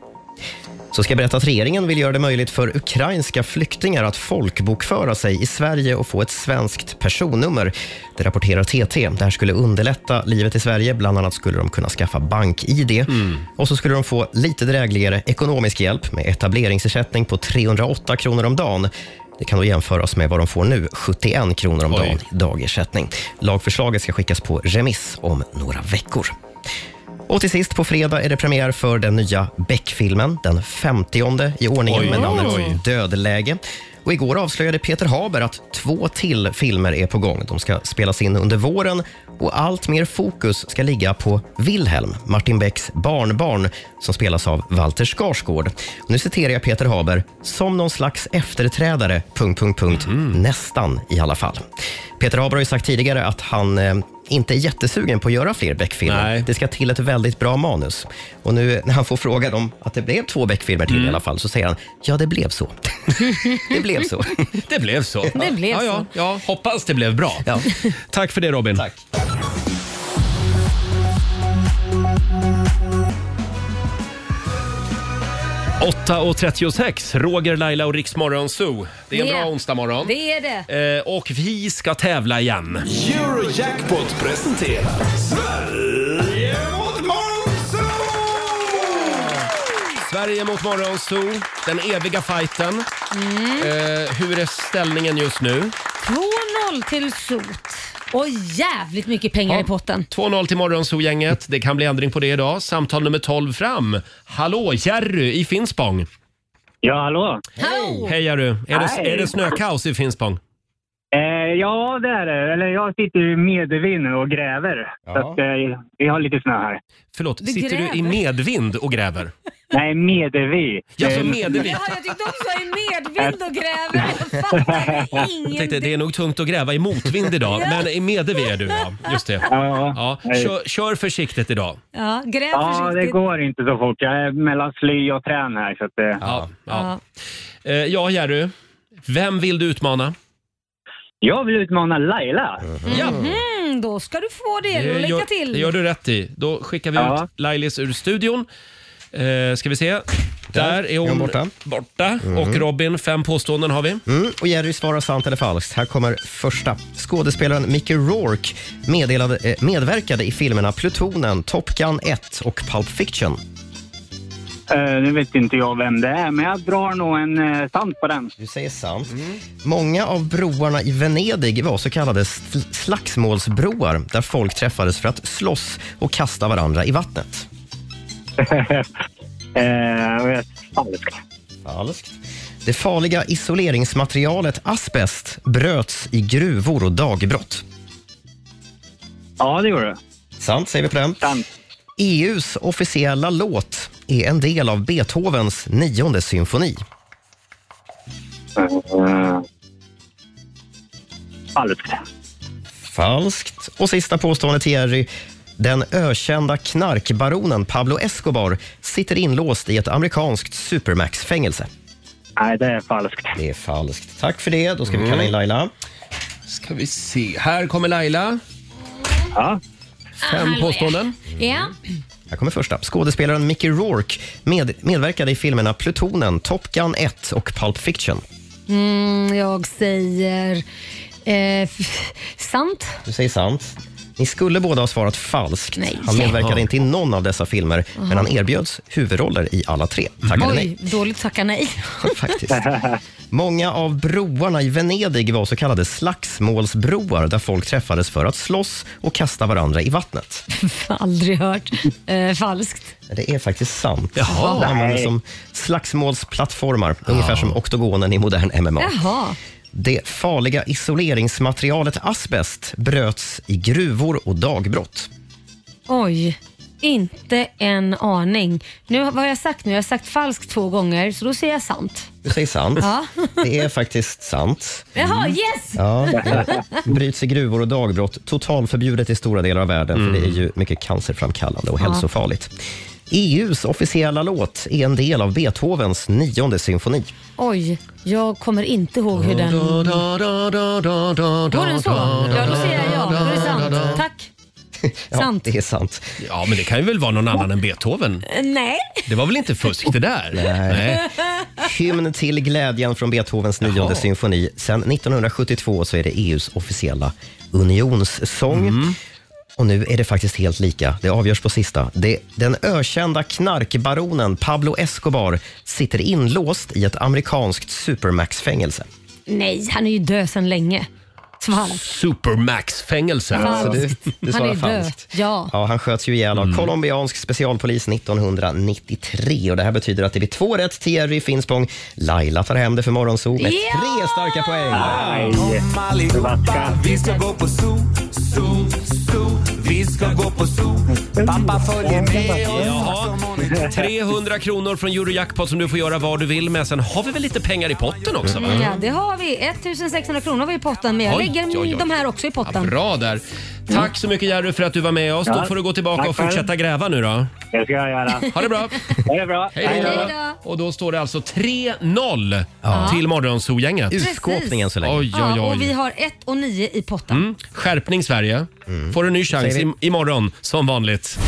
D: Så ska jag berätta att regeringen vill göra det möjligt för ukrainska flyktingar att folkbokföra sig i Sverige och få ett svenskt personnummer. Det rapporterar TT. Det här skulle underlätta livet i Sverige. Bland annat skulle de kunna skaffa bank-id.
A: Mm.
D: Och så skulle de få lite drägligare ekonomisk hjälp med etableringsersättning på 308 kronor om dagen. Det kan då jämföras med vad de får nu, 71 kronor om dagen i dagersättning. Lagförslaget ska skickas på remiss om några veckor. Och till sist, på fredag är det premiär för den nya Beck-filmen. Den 50 i ordningen
P: Oj,
D: med namnet
P: oj.
D: Dödläge. Och igår avslöjade Peter Haber att två till filmer är på gång. De ska spelas in under våren och allt mer fokus ska ligga på Wilhelm, Martin Becks barnbarn som spelas av Walter Skarsgård. Nu citerar jag Peter Haber som någon slags efterträdare, punkt, punkt, punkt,
P: Mhm.
D: nästan i alla fall. Peter Haber har ju sagt tidigare att han eh, inte är jättesugen på att göra fler Beck-filmer. Det ska till ett väldigt bra manus. Och nu när han får frågan om att det blev två Beck-filmer
A: Mm.
D: till i alla fall så säger han, ja det blev så. Det blev så.
A: det blev så.
C: Det blev
A: ja, ja,
C: så.
A: ja, hoppas det blev bra. Tack för det Robin. Tack. och 36, Roger, Laila och Riksmorgon Zoo. Det är en
C: Ja.
A: bra onsdagmorgon.
C: Det är det.
A: Eh, och vi ska tävla igen.
F: Eurojackpot presenterar Sverige mot
A: Sverige mot Morgonzoo, den eviga fighten.
C: Mm.
A: Eh, hur är ställningen just nu?
C: 2-0 till Sot. Och jävligt mycket pengar i potten.
A: 2-0 till Morgonzoo-gänget. Det kan bli ändring på det idag. Samtal nummer 12 fram. Hallå, Jerry i Finspång.
R: Ja, hallå.
C: Hej!
A: Hej Jerry. Är
R: Hej.
A: det, är det snökaos i Finspång?
R: Eh, ja, det är det. Eller jag sitter ju i medvind och gräver. Så att, eh, vi har lite snö här.
A: Förlåt,
R: Du
A: sitter
R: gräver?
A: du i medvind och gräver?
R: Nej, medevi.
A: Ja, så
R: Eh,
A: medevi.
C: Jaha, jag tyckte också i medvind och gräver. Jag fattar
A: Jag
C: ingenting.
A: tänkte, det är nog tungt att gräva i motvind idag, men i medevi är du ja. Just det. Ja, kör, kör försiktigt idag.
C: Ja, gräv
R: Ja, det
C: försiktigt.
R: går inte så fort. Jag är mellan sly och trän här. Så att, eh,
A: Ja, ja. Eh, ja Jerry. Vem vill du utmana?
R: Jag vill utmana Laila.
A: Ja,
C: Mm, då ska du få det.
A: det
C: det Lycka
A: gör,
C: till.
A: det gör du rätt i. Då skickar vi
R: Ja.
A: ut Lailis ur studion. Eh, ska vi se. Där är hon borta.
D: Mhm.
A: Och Robin, fem påståenden har vi.
D: Mm, och Jerry svarar sant eller falskt. Här kommer första. Skådespelaren Mickey Rourke meddelade, eh, medverkade i filmerna Plutonen, Top Gun 1 och Pulp Fiction.
R: Eh, nu vet inte jag vem det är, men jag drar nog en eh, sant på den. Mm.
D: Du säger sant. Många av broarna i Venedig var så kallade sl- slagsmålsbroar där folk träffades för att slåss och kasta varandra i vattnet.
R: eh, falskt.
D: Falskt. Det farliga isoleringsmaterialet asbest bröts i gruvor och dagbrott.
R: Ja, det gjorde det.
D: Sant, säger vi på den. EUs E officiella låt är en del av Beethovens nionde symfoni.
R: Eh, falskt.
D: Falskt. Och sista påståendet till Jerry. Den ökända knarkbaronen Pablo Escobar sitter inlåst i ett amerikanskt supermax-fängelse.
R: Nej, det är falskt.
D: Det är falskt. Tack för det. Då ska vi kalla in
A: Mm.
D: Laila.
A: Ska vi se. Här kommer Laila.
R: Ja.
D: Fem påståenden.
C: Ah, Ja.
D: Här kommer första. Skådespelaren Mickey Rourke med, medverkade i filmerna Plutonen, Top Gun 1 och Pulp Fiction.
C: Mm, jag säger eh, f- sant.
D: Du säger sant. Ni skulle båda ha svarat falskt.
C: Nej.
D: Han
C: Jaha.
D: medverkade inte i någon av dessa filmer,
C: Jaha.
D: men han erbjöds huvudroller i alla tre. Tackade nej.
C: Oj, dåligt tacka nej.
D: faktiskt. Många av broarna i Venedig var så kallade slagsmålsbroar där folk träffades för att slåss och kasta varandra i vattnet.
C: Aldrig hört. Eh, falskt.
D: Det är faktiskt sant.
C: Jaha.
D: Det användes
C: Nej.
D: som slagsmålsplattformar, ungefär som oktogonen i modern MMA.
C: Jaha.
D: Det farliga isoleringsmaterialet asbest bröts i gruvor och dagbrott.
C: Oj. Inte en aning. Nu, vad har jag sagt nu? Jag har sagt falskt två gånger, så då säger jag sant.
D: Du säger sant.
C: Ja.
D: Det är faktiskt sant.
C: Jaha, yes!
D: Ja, det bryts i gruvor och dagbrott. Totalförbjudet i stora delar av världen för det är
A: Mm.
D: ju mycket cancerframkallande och
C: Ja.
D: hälsofarligt. EUs officiella låt är en del av Beethovens nionde symfoni.
C: Oj, jag kommer inte ihåg hur den... Går den så? Ja, då säger jag ja. Då är det sant. Tack. Sant.
D: Det är sant.
A: Ja, men det kan ju väl vara någon annan än Beethoven?
C: Eh, Nej.
A: Det var väl inte fusk det där? Nej.
D: Hymn till glädjen från Beethovens nionde symfoni. Sen 1972 så är det EUs officiella unionssång. Och nu är det faktiskt helt lika. Det avgörs på sista. Det, den ökända knarkbaronen Pablo Escobar sitter inlåst i ett amerikanskt supermax-fängelse.
C: Nej, han är ju död sedan länge. Falskt.
A: Supermax-fängelse.
C: Falskt. Han är död. Ja.
D: Ja, han sköts ju ihjäl av colombiansk specialpolis 1993 och det här betyder att det blir två rätt till Jerry Finspång. Laila tar hem det för Morgonzoo med tre starka poäng.
H: Kom allihopa, vi ska gå på zoo, zoo, zoo. Vi ska gå på zoo. Pappa följer med oss.
A: Jaha, 300 kronor från Eurojackpot som du får göra vad du vill med. Sen har vi väl lite pengar i potten också? Va?
C: Ja, det har vi. 1600 kronor har vi i potten, men jag
A: Mm. Oj,
C: lägger
A: oj, oj.
C: de här också i potten.
A: Bra där. Tack så mycket Jerry för att du var med oss. Då
H: Ja.
A: får du gå tillbaka
H: Tack
A: och
H: själv.
A: fortsätta gräva nu då.
H: Det ska jag göra.
A: Ha det bra.
H: Ha det bra.
A: Hej då. Och då står det alltså 3-0 till Morgonzoo-gänget.
C: Precis.
A: Utskåpningen så länge. Oj, oj,
C: Ja, och vi
A: oj.
C: har 1 och 9 i potten.
A: Mm. Skärpning Sverige. Får en ny chans
C: Säger
A: i, imorgon som vanligt.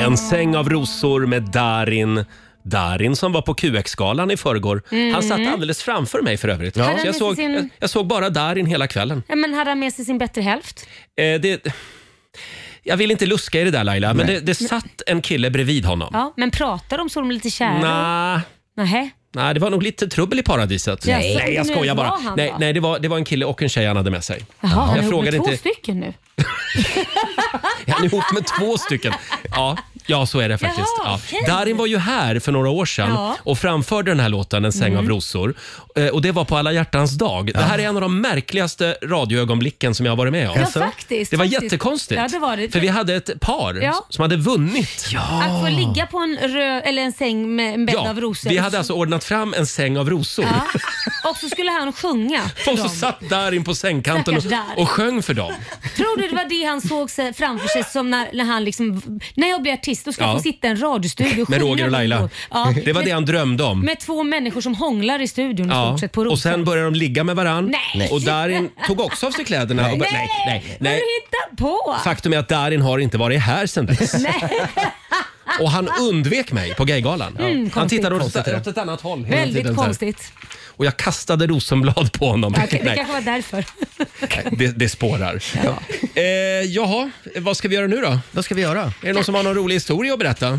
A: En säng av rosor med Darin. Darin som var på QX-galan i förrgår.
C: Mm.
A: Han satt alldeles framför mig för övrigt.
C: Ja. Hade han
A: Så
C: med
A: jag,
C: sig
A: såg,
C: sin-
A: jag, jag såg bara Darin hela kvällen.
C: Ja, men hade han med sig sin bättre hälft?
A: Eh, det, jag vill inte luska i det där Laila, men det, det satt en kille bredvid honom.
C: Ja, men pratar de så de är lite kära?
A: Nja,
C: Nähä.
A: Nej, det var nog lite trubbel i paradiset.
C: Jaså,
A: nej, jag
C: men
A: skojar
C: var
A: bara.
C: han
A: Nej,
C: då?
A: nej det, var, det var en kille och en tjej han hade med sig.
C: Jaha, han
A: jag
C: är ihop
A: frågade
C: med två
A: inte,
C: stycken nu.
A: Han är ihop med två stycken. Ja, ja så är det faktiskt.
C: Jaha,
A: Ja.
C: okej.
A: Darin var ju här för några år sedan
C: Ja. Mm.
A: och framförde den här låten, En säng av rosor. Eh, Och det var på alla hjärtans dag. Det här är en av de märkligaste radioögonblicken som jag har varit med om.
C: Ja, faktiskt,
A: Det var
C: faktiskt.
A: jättekonstigt.
C: Ja, det var det.
A: För vi hade ett par
C: Ja.
A: som hade vunnit.
C: Att få ligga på en, rö- eller en säng med en bädd av rosor.
A: Ah. vi hade alltså ordnat fram en säng av rosor.
C: Och så skulle han sjunga för
A: Och så
C: dem.
A: satt Darin på sängkanten
C: Stackars Darin.
A: och, och sjöng för dem.
C: Tror du det var det han såg sig framför sig som när, när han liksom, när jag blir artist då ska
A: Ja.
C: jag få sitta i en radiostudio och
A: Med
C: sjunga
A: Roger och
C: min
A: Laila.
C: låt. Ja,
A: Det var
C: med,
A: det han drömde om.
C: Med två människor som hånglar i studion i
A: Ja.
C: stort sett på rosor.
A: Och sen började de ligga med varann
C: Nej.
A: och Darin tog också av sig kläderna. Och bör-
C: Nej.
A: nej,
C: Vad
A: nej.
C: du hittar på?
A: Faktum är att Darin har inte varit här sen dess.
C: Nej.
A: Och han undvek mig på gaygalan.
C: Mm,
A: han
C: konstigt.
A: tittade åt,
C: Konstigt är det.
A: åt ett annat håll hela
C: Väldigt
A: tiden. så här.
C: konstigt.
A: Och jag kastade rosenblad på honom.
C: Okej, det
A: Nej,
C: kanske var därför.
A: det, det spårar. Ja. Eh, jaha, vad ska vi göra nu då?
D: Vad ska vi göra?
A: Är det någon som har någon rolig historia att berätta?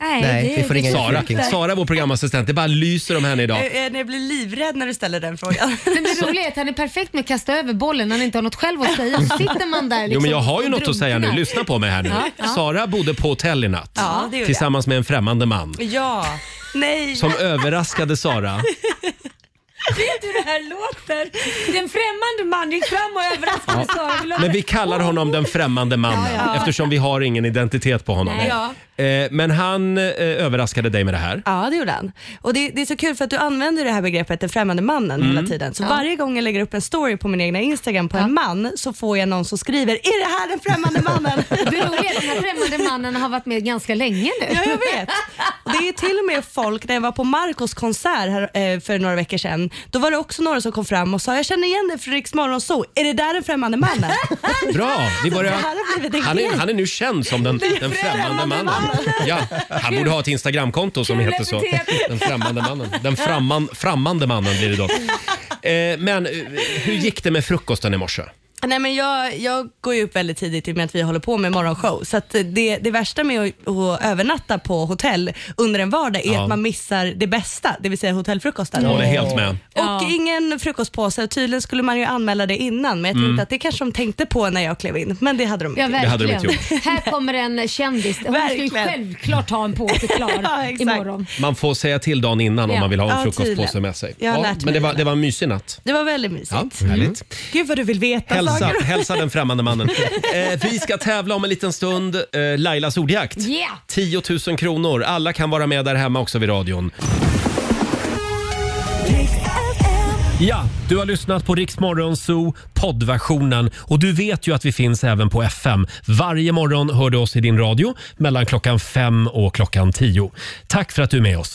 J: Nej,
A: Sara, Sara, vår programassistent. Det bara lyser om henne idag.
J: Eh, Jag blir livrädd när du ställer den frågan.
P: Men det roliga är att han är perfekt med att kasta över bollen när han inte har något själv att säga. Så sitter man där liksom
A: Jo, men jag har ju
P: och
A: något att säga nu.
P: drunknar.
A: Lyssna på mig här nu.
P: Ja, ja.
A: Sara bodde på hotell i natt
J: Ja, det gjorde
A: tillsammans med en främmande man
J: jag. Ja, nej.
A: som överraskade Sara.
C: Vet du hur det här låter? Den främmande man gick fram och överraskade
A: Ja.
C: Sara.
A: Men vi kallar honom den främmande mannen
C: Ja, ja.
A: eftersom vi har ingen identitet på honom.
J: Nej. Ja.
A: Eh, Men han eh, överraskade dig med det här.
J: Ja, det gjorde han. Och det, det är så kul för att du använder det här begreppet den främmande mannen
A: Mm.
J: hela tiden. Så
A: Ja.
J: varje gång jag lägger upp en story på min egna Instagram på en man så får jag någon som skriver “Är det här den främmande mannen?”
P: Det roliga är att den här främmande mannen har varit med ganska länge nu.
J: Ja, jag vet. Och det är till och med folk, när jag var på Marcos konsert här, eh, för några veckor sedan, då var det också några som kom fram och sa “Jag känner igen dig från Riks Morgonzoo, är det där den främmande mannen?”
A: Bra! Vi börjar...
J: Det här har blivit en
A: han, är,
J: grej.
A: han är nu känd som den, den främmande mannen. Ja, han borde ha ett Instagramkonto som
H: Kul
A: heter så.
H: epitet.
A: Den främmande mannen. Den framman, frammande mannen blir det då. Eh, Men eh, hur gick det med frukosten i morse?
J: Nej, men jag, jag går ju upp väldigt tidigt i och med att vi håller på med morgonshow. Så att det, det värsta med att, att övernatta på hotell under en vardag är
A: Ja.
J: att man missar det bästa, det vill säga hotellfrukosten.
A: Jag håller helt med.
J: Och ingen frukostpåse. Tydligen skulle man ju anmäla det innan, men jag tänkte
A: Mm.
J: att det kanske de tänkte på när jag klev in. Men det hade de inte
P: Ja,
J: gjort.
P: verkligen.
A: hade de inte
P: Här kommer en kändis. Hon ska ju
J: Verkligen.
P: självklart ha en påse klar imorgon.
A: Man får säga till dagen innan om
P: Ja.
A: man vill ha en
P: Ja,
A: frukostpåse
J: tydligen.
A: med sig.
J: Jag har lärt
A: men
J: mig
A: det var,
J: det.
A: det var en mysig natt.
J: Det var väldigt mysigt.
A: Ja, härligt.
J: Gud vad du vill veta
A: Hälsa,
J: saker.
A: hälsa den främmande mannen. Eh, vi ska tävla om en liten stund. Eh, Lailas ordjakt.
J: Yeah.
A: 10 000 kronor. Alla kan vara med där hemma också vid radion. Ja, du har lyssnat på Riksmorgon Zoo poddversionen och du vet ju att vi finns även på FM. Varje morgon hör du oss i din radio mellan klockan fem och klockan tio. Tack för att du är med oss.